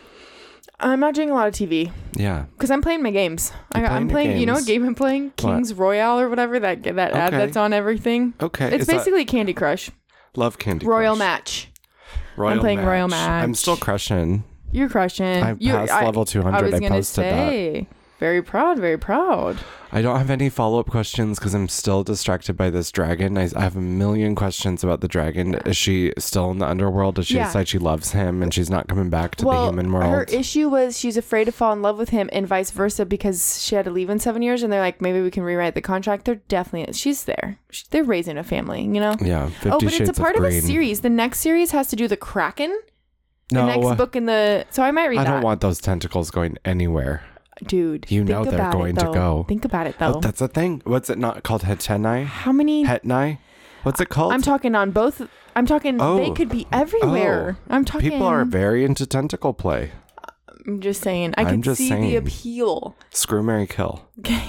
S1: i'm not doing a lot of tv
S2: Yeah.
S1: because i'm playing my games I,
S2: You're playing
S1: i'm
S2: your
S1: playing you know what
S2: games.
S1: game i'm playing kings royale or whatever that that ad
S2: Okay.
S1: that's on everything
S2: Okay.
S1: it's
S2: is that-
S1: basically candy crush
S2: love Candy
S1: royal
S2: Crush.
S1: match
S2: Royal
S1: playing Royal
S2: I'm
S1: Match.
S2: still crushing.
S1: you're crushing
S2: I
S1: You're-
S2: passed level 200. I,
S1: was gonna
S2: posted that.
S1: say very proud very proud
S2: I don't have any follow up questions because I'm still distracted by this dragon. I, I have a million questions about the dragon. Is she still in the underworld? Does she
S1: Yeah.
S2: decide she loves him and she's not coming back to the human world?
S1: Her issue was she's afraid to fall in love with him and vice versa because she had to leave in seven years and they're like, maybe we can rewrite the contract. They're definitely, she's there. She- They're raising a family, you know?
S2: yeah. 50
S1: oh, but
S2: Shades
S1: it's a part of,
S2: green.
S1: a series. The next series has to do the Kraken.
S2: No, uh,
S1: The next book in the. So I might read
S2: I
S1: that.
S2: don't want those tentacles going anywhere.
S1: Dude.
S2: You know
S1: think
S2: they're
S1: about it,
S2: going to
S1: though.
S2: go.
S1: Think about it,
S2: Oh,
S1: though.
S2: that's a thing. What's it not called? Hetenai?
S1: How many.
S2: Hetnai? What's it called?
S1: I'm talking on both. I'm talking. They
S2: Oh.
S1: could be everywhere. I'm talking.
S2: People are very into tentacle play.
S1: I'm just saying. I
S2: I'm
S1: can
S2: just
S1: see the
S2: saying.
S1: appeal.
S2: Screw Mary Kill.
S1: Okay.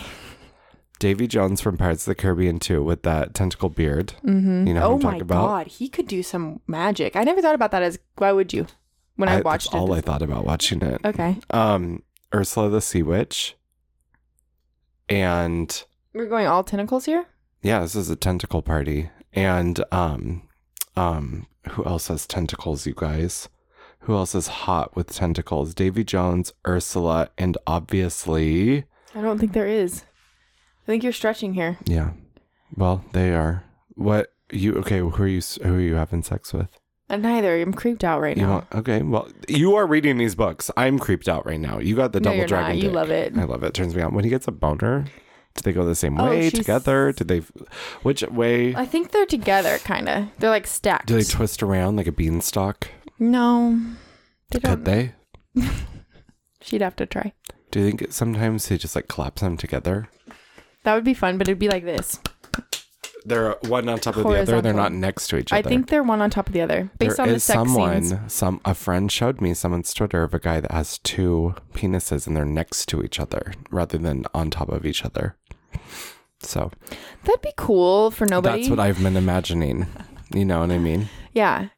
S2: Davy Jones from Pirates of the Caribbean 2 with that tentacle beard. Mm-hmm. You know
S1: Oh
S2: what
S1: my
S2: I'm talking about?
S1: god, he could do some magic. I never thought about that as why would you? When I,
S2: I-
S1: watched
S2: that's all I
S1: it.
S2: thought about watching it.
S1: okay.
S2: Um, Ursula the Sea Witch. And
S1: We're going all tentacles here?
S2: yeah, this is a tentacle party. And um, um, who else has tentacles, you guys? Who else is hot with tentacles? Davy Jones, Ursula, and obviously,
S1: I don't think there is. I think you're stretching here.
S2: yeah. Well, they are. What you okay? Who are you? s- Who are you having sex with?
S1: And neither. I'm creeped out right
S2: You
S1: now.
S2: want, okay. Well, you are reading these books. I'm creeped out right now. You got the
S1: no,
S2: double
S1: you're
S2: dragon.
S1: not. You
S2: dick.
S1: love it.
S2: I love it. Turns me on. When he gets a boner, do they go the same
S1: Oh,
S2: way
S1: she's-
S2: together? Do they, which way?
S1: I think they're together kinda. They're like stacked.
S2: Do they twist around like a beanstalk?
S1: no. They don't
S2: Could they?
S1: she'd have to try.
S2: Do you think sometimes they just like collapse them together?
S1: That would be fun, but it'd be like this.
S2: They're one on top of the other. They're
S1: Horizontal.
S2: not next to each
S1: I
S2: other.
S1: think they're one on top of the other. Based
S2: There
S1: on the
S2: is
S1: sex
S2: someone,
S1: scenes.
S2: some a friend showed me someone's Twitter of a guy that has two penises and they're next to each other rather than on top of each other. So
S1: That'd be cool for nobody.
S2: that's what I've been imagining. You know what I mean?
S1: Yeah.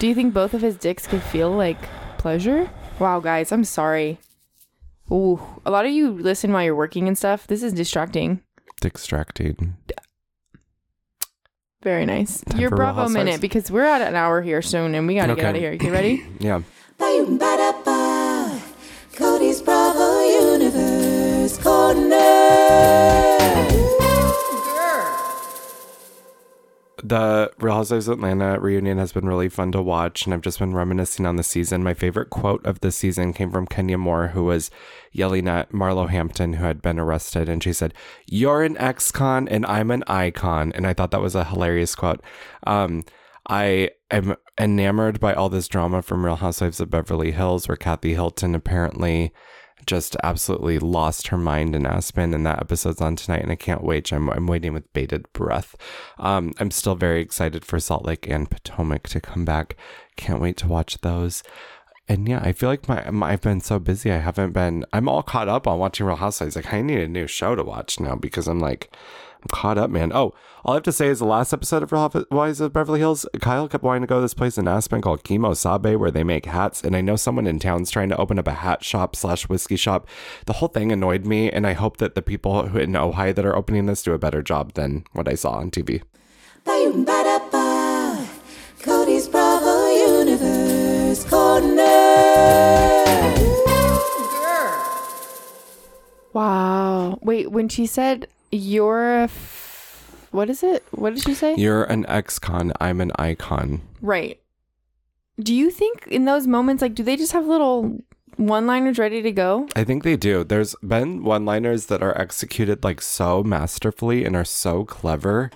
S1: Do you think both of his dicks could feel like pleasure? Wow, guys, I'm sorry. Ooh, a lot of you listen while you're working and stuff. This is distracting.
S2: Distracting.
S1: Very nice.
S2: Time
S1: Your
S2: for Real
S1: Bravo minute
S2: Housewives.
S1: because we're at an hour here soon and we gotta get
S2: Okay.
S1: out of here. You ready?
S2: Yeah.
S4: Ba-dum-ba-da-ba. Cody's Bravo Universe Corner.
S2: The Real Housewives of Atlanta reunion has been really fun to watch, and I've just been reminiscing on the season. My favorite quote of the season came from Kenya Moore, who was yelling at Marlo Hampton, who had been arrested, and she said, "You're an ex-con, and I'm an icon." And I thought that was a hilarious quote. Um, I am enamored by all this drama from Real Housewives of Beverly Hills, where Kathy Hilton apparently just absolutely lost her mind in Aspen, and that episode's on tonight, and I can't wait. I'm, I'm waiting with bated breath. Um, I'm still very excited for Salt Lake and Potomac to come back. Can't wait to watch those. And yeah, I feel like my, my I've been so busy. I haven't been. I'm all caught up on watching Real Housewives. Like I need a new show to watch now because I'm like I'm caught up, man. Oh, all I have to say is the last episode of Real Housewives of Beverly Hills. Kyle kept wanting to go to this place in Aspen called Kimo Sabe where they make hats, and I know someone in town's trying to open up a hat shop slash whiskey shop. The whole thing annoyed me, and I hope that the people who in Ohio that are opening this do a better job than what I saw on TV.
S4: Ba-dum-ba-da-ba. Cody's Bravo Universe Corner.
S1: Wow. Wait, when she said you're a f- what is it? What did she say?
S2: You're an ex-con. I'm an icon.
S1: Right. Do you think in those moments, like, do they just have little one liners ready to go?
S2: I think they do. There's been one liners that are executed like so masterfully and are so clever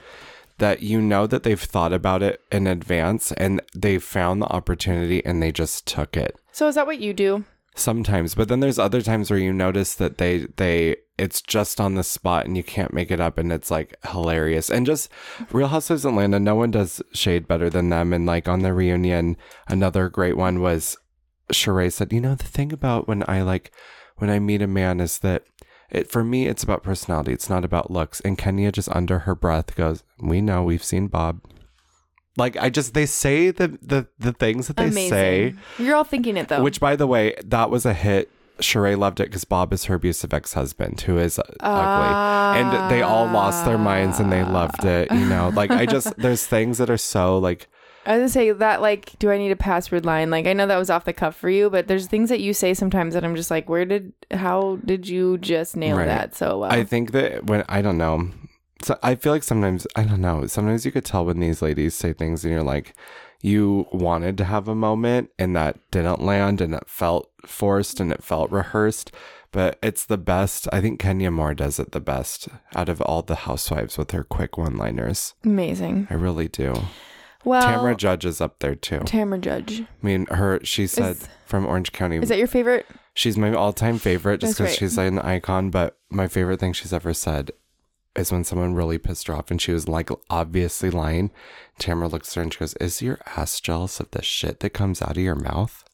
S2: that you know that they've thought about it in advance and they found the opportunity and they just took it
S1: So is that what you do?
S2: sometimes but then there's other times where you notice that they they it's just on the spot and you can't make it up and it's like hilarious and just real housewives of atlanta no one does shade better than them and like on the reunion another great one was Sheree said you know the thing about when i like when i meet a man is that it for me it's about personality it's not about looks and kenya just under her breath goes we know we've seen bob like i just they say the the, the things that they say
S1: You're all thinking it though.
S2: which, by the way, that was a hit. Sheree loved it because Bob is her abusive ex husband who is uh, ugly. And they all lost their minds and
S1: Ah.
S2: they loved it. You know, like I just, there's things that are so like,
S1: I was gonna say that, like, do I need a password line? Like, I know that was off the cuff for you, but there's things that you say sometimes that I'm just like, where did, how did you just nail
S2: Right.
S1: that so well?
S2: I think that when, I don't know. So I feel like sometimes, I don't know, sometimes you could tell when these ladies say things and you're like, you wanted to have a moment and that didn't land and it felt forced and it felt rehearsed. But it's the best. I think Kenya Moore does it the best out of all the housewives with her quick one liners.
S1: Amazing.
S2: I really do.
S1: Well,
S2: Tamara Judge is up there too.
S1: Tamara Judge.
S2: I mean, her. She said
S1: Is-
S2: from Orange County.
S1: Is that your favorite?
S2: she's my all-time favorite, just
S1: That's
S2: because
S1: right.
S2: she's an icon. But my favorite thing she's ever said is when someone really pissed her off, and she was like obviously lying. Tamara looks at her and she goes, "Is your ass jealous of the shit that comes out of your mouth?"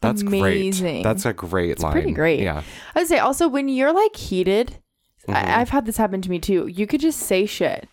S2: That's
S1: Amazing.
S2: great. That's a great line.
S1: pretty great.
S2: Yeah.
S1: I would say also when you're like heated,
S2: Mm-hmm.
S1: I- I've had this happen to me too. You could just say shit.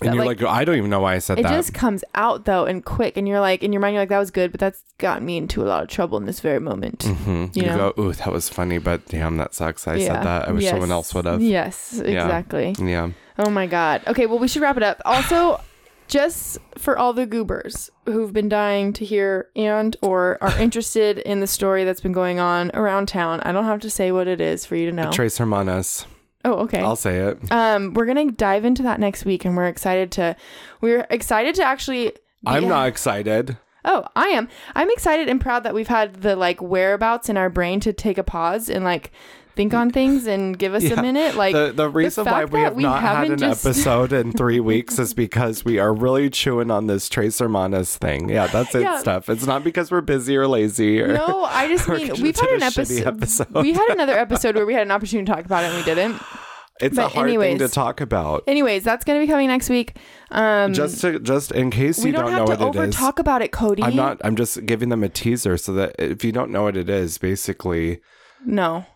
S2: And
S1: That,
S2: you're
S1: like-
S2: like, I don't even know why I said
S1: It
S2: that.
S1: just comes out though and quick, and you're like, in your mind, you're like, that was good, but that's gotten me into a lot of trouble in this very moment.
S2: Mhm.
S1: you
S2: You,
S1: know?
S2: go, ooh, that was funny, but damn, that sucks. I
S1: Yeah.
S2: said that. I wish someone
S1: Yes.
S2: else would have.
S1: Yes, exactly.
S2: Yeah.
S1: Oh my god. Okay, well we should wrap it up. Also, just for all the goobers who've been dying to hear and or are interested in the story that's been going on around town, I don't have to say what it is for you to know.
S2: Trace Hermanas.
S1: oh, okay.
S2: I'll say it.
S1: um, we're gonna dive into that next week, and we're excited to. We're excited to actually. be-
S2: I'm not excited.
S1: Oh, I am. I'm excited and proud that we've had the like whereabouts in our brain to take a pause and like think on things and give us
S2: Yeah.
S1: a minute. Like
S2: the, the reason why
S1: fact
S2: we
S1: that
S2: have not had
S1: haven't
S2: an episode in three weeks is because we are really chewing on this Trace Hermanas thing. Yeah, that's it
S1: Yeah.
S2: stuff. It's not because we're busy or lazy or
S1: No, I just
S2: or
S1: mean
S2: just
S1: we've had
S2: did
S1: an
S2: a shitty
S1: episode,
S2: episode.
S1: We had another episode where we had an opportunity to talk about it and we didn't.
S2: it's a
S1: but
S2: hard
S1: anyways.
S2: thing to talk about.
S1: Anyways, that's gonna be coming next week. Um,
S2: just to, just in case
S1: we
S2: you
S1: don't,
S2: don't, know
S1: have
S2: what
S1: to over
S2: it is.
S1: talk about it, Cody.
S2: I'm not I'm just giving them a teaser so that if you don't know what it is, basically
S1: No,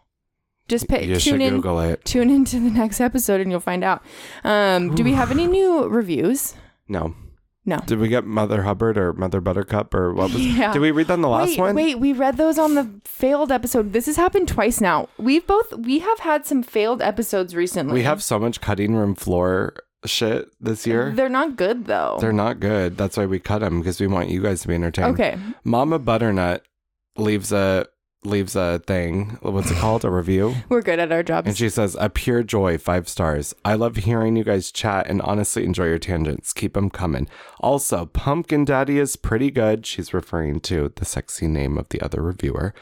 S1: just pay,
S2: you should
S1: tune in.
S2: Google it.
S1: Tune into the next episode and you'll find out. Um, do we have any new reviews?
S2: No.
S1: No.
S2: Did we get Mother Hubbard or Mother Buttercup or what was?
S1: Yeah.
S2: Did we read that in the last
S1: wait,
S2: one?
S1: wait, we read those on the failed episode. This has happened twice now. We've both we have had some failed episodes recently.
S2: We have so much cutting room floor shit this year. They're,
S1: They're not good though.
S2: not good. That's why we cut them because we want you guys to be entertained.
S1: okay.
S2: Mama Butternut leaves a leaves a thing. What's it called? A review.
S1: We're good at our jobs.
S2: And she says, "A pure joy, five stars. I love hearing you guys chat and honestly enjoy your tangents. Keep them coming. Also, Pumpkin Daddy is pretty good. She's referring to the sexy name of the other reviewer."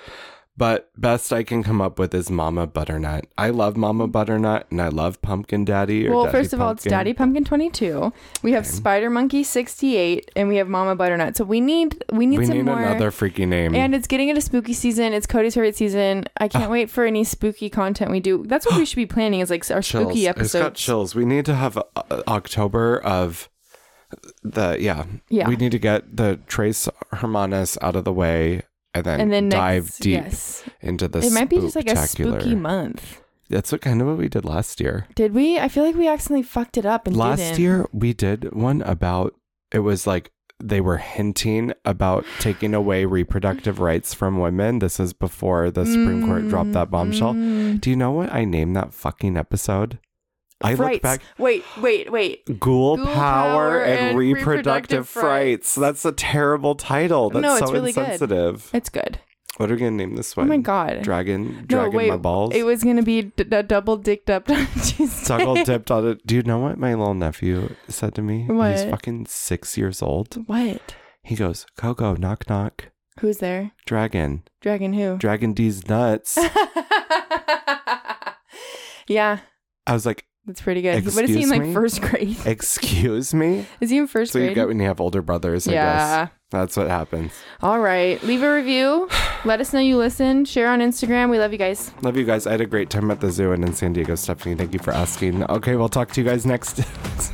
S2: But best I can come up with is Mama Butternut. I love Mama Butternut and I love Pumpkin Daddy. Or
S1: well,
S2: Daddy
S1: first of all, it's
S2: Pumpkin.
S1: Daddy Pumpkin 22. We have Spider Monkey 68 and we have Mama Butternut. So we need we need
S2: We
S1: some
S2: need
S1: more
S2: another freaky name.
S1: And it's getting into spooky season. It's Cody's favorite season.
S2: Ah.
S1: I can't wait for any spooky content we do. That's what we should be planning is like our
S2: chills.
S1: spooky
S2: It's got
S1: episodes.
S2: chills. We need to have uh, October of the yeah.
S1: Yeah.
S2: We need to get the Trace Hermanas out of the way and then,
S1: And then next,
S2: dive deep
S1: Yes.
S2: into the
S1: It might be just like a
S2: spooktacular.
S1: spooky month.
S2: That's what kind of what we did last year.
S1: Did we? I feel like we accidentally fucked it up and
S2: last
S1: didn't.
S2: year we did one about it was like they were hinting about taking away reproductive rights from women. This is before the Supreme Court dropped
S1: Mm-hmm.
S2: that bombshell. Do you know what I named that fucking episode? I
S1: Frights.
S2: look back
S1: Wait, wait, wait.
S2: Ghoul,
S1: Ghoul
S2: power,
S1: power
S2: and,
S1: and
S2: reproductive,
S1: reproductive frights.
S2: frights. That's a terrible title. That's
S1: No, it's
S2: so
S1: really good.
S2: insensitive.
S1: It's good.
S2: What are we gonna name this
S1: Oh
S2: one?
S1: my god.
S2: Dragon,
S1: no,
S2: dragon
S1: wait.
S2: my balls.
S1: It was gonna be d- d- double dicked up
S2: Tuggle
S1: Tuesday.
S2: dipped on it. Do you know what my little nephew said to me? He's
S1: What?
S2: fucking six years old.
S1: What?
S2: He goes, Coco, knock knock,
S1: Who's there?
S2: dragon,
S1: Dragon who?
S2: dragon D's nuts.
S1: yeah,
S2: I was like,
S1: that's pretty good. what is he
S2: Excuse
S1: in like
S2: me?
S1: first grade?
S2: excuse me.
S1: Is he in first
S2: So
S1: grade?
S2: you get when you have older brothers. I
S1: yeah.
S2: guess that's what happens.
S1: All right. Leave a review. Let us know you listen. Share on Instagram. We love you guys.
S2: Love you guys. I had a great time at the zoo and in San Diego, Stephanie. Thank you for asking. Okay, we'll talk to you guys next.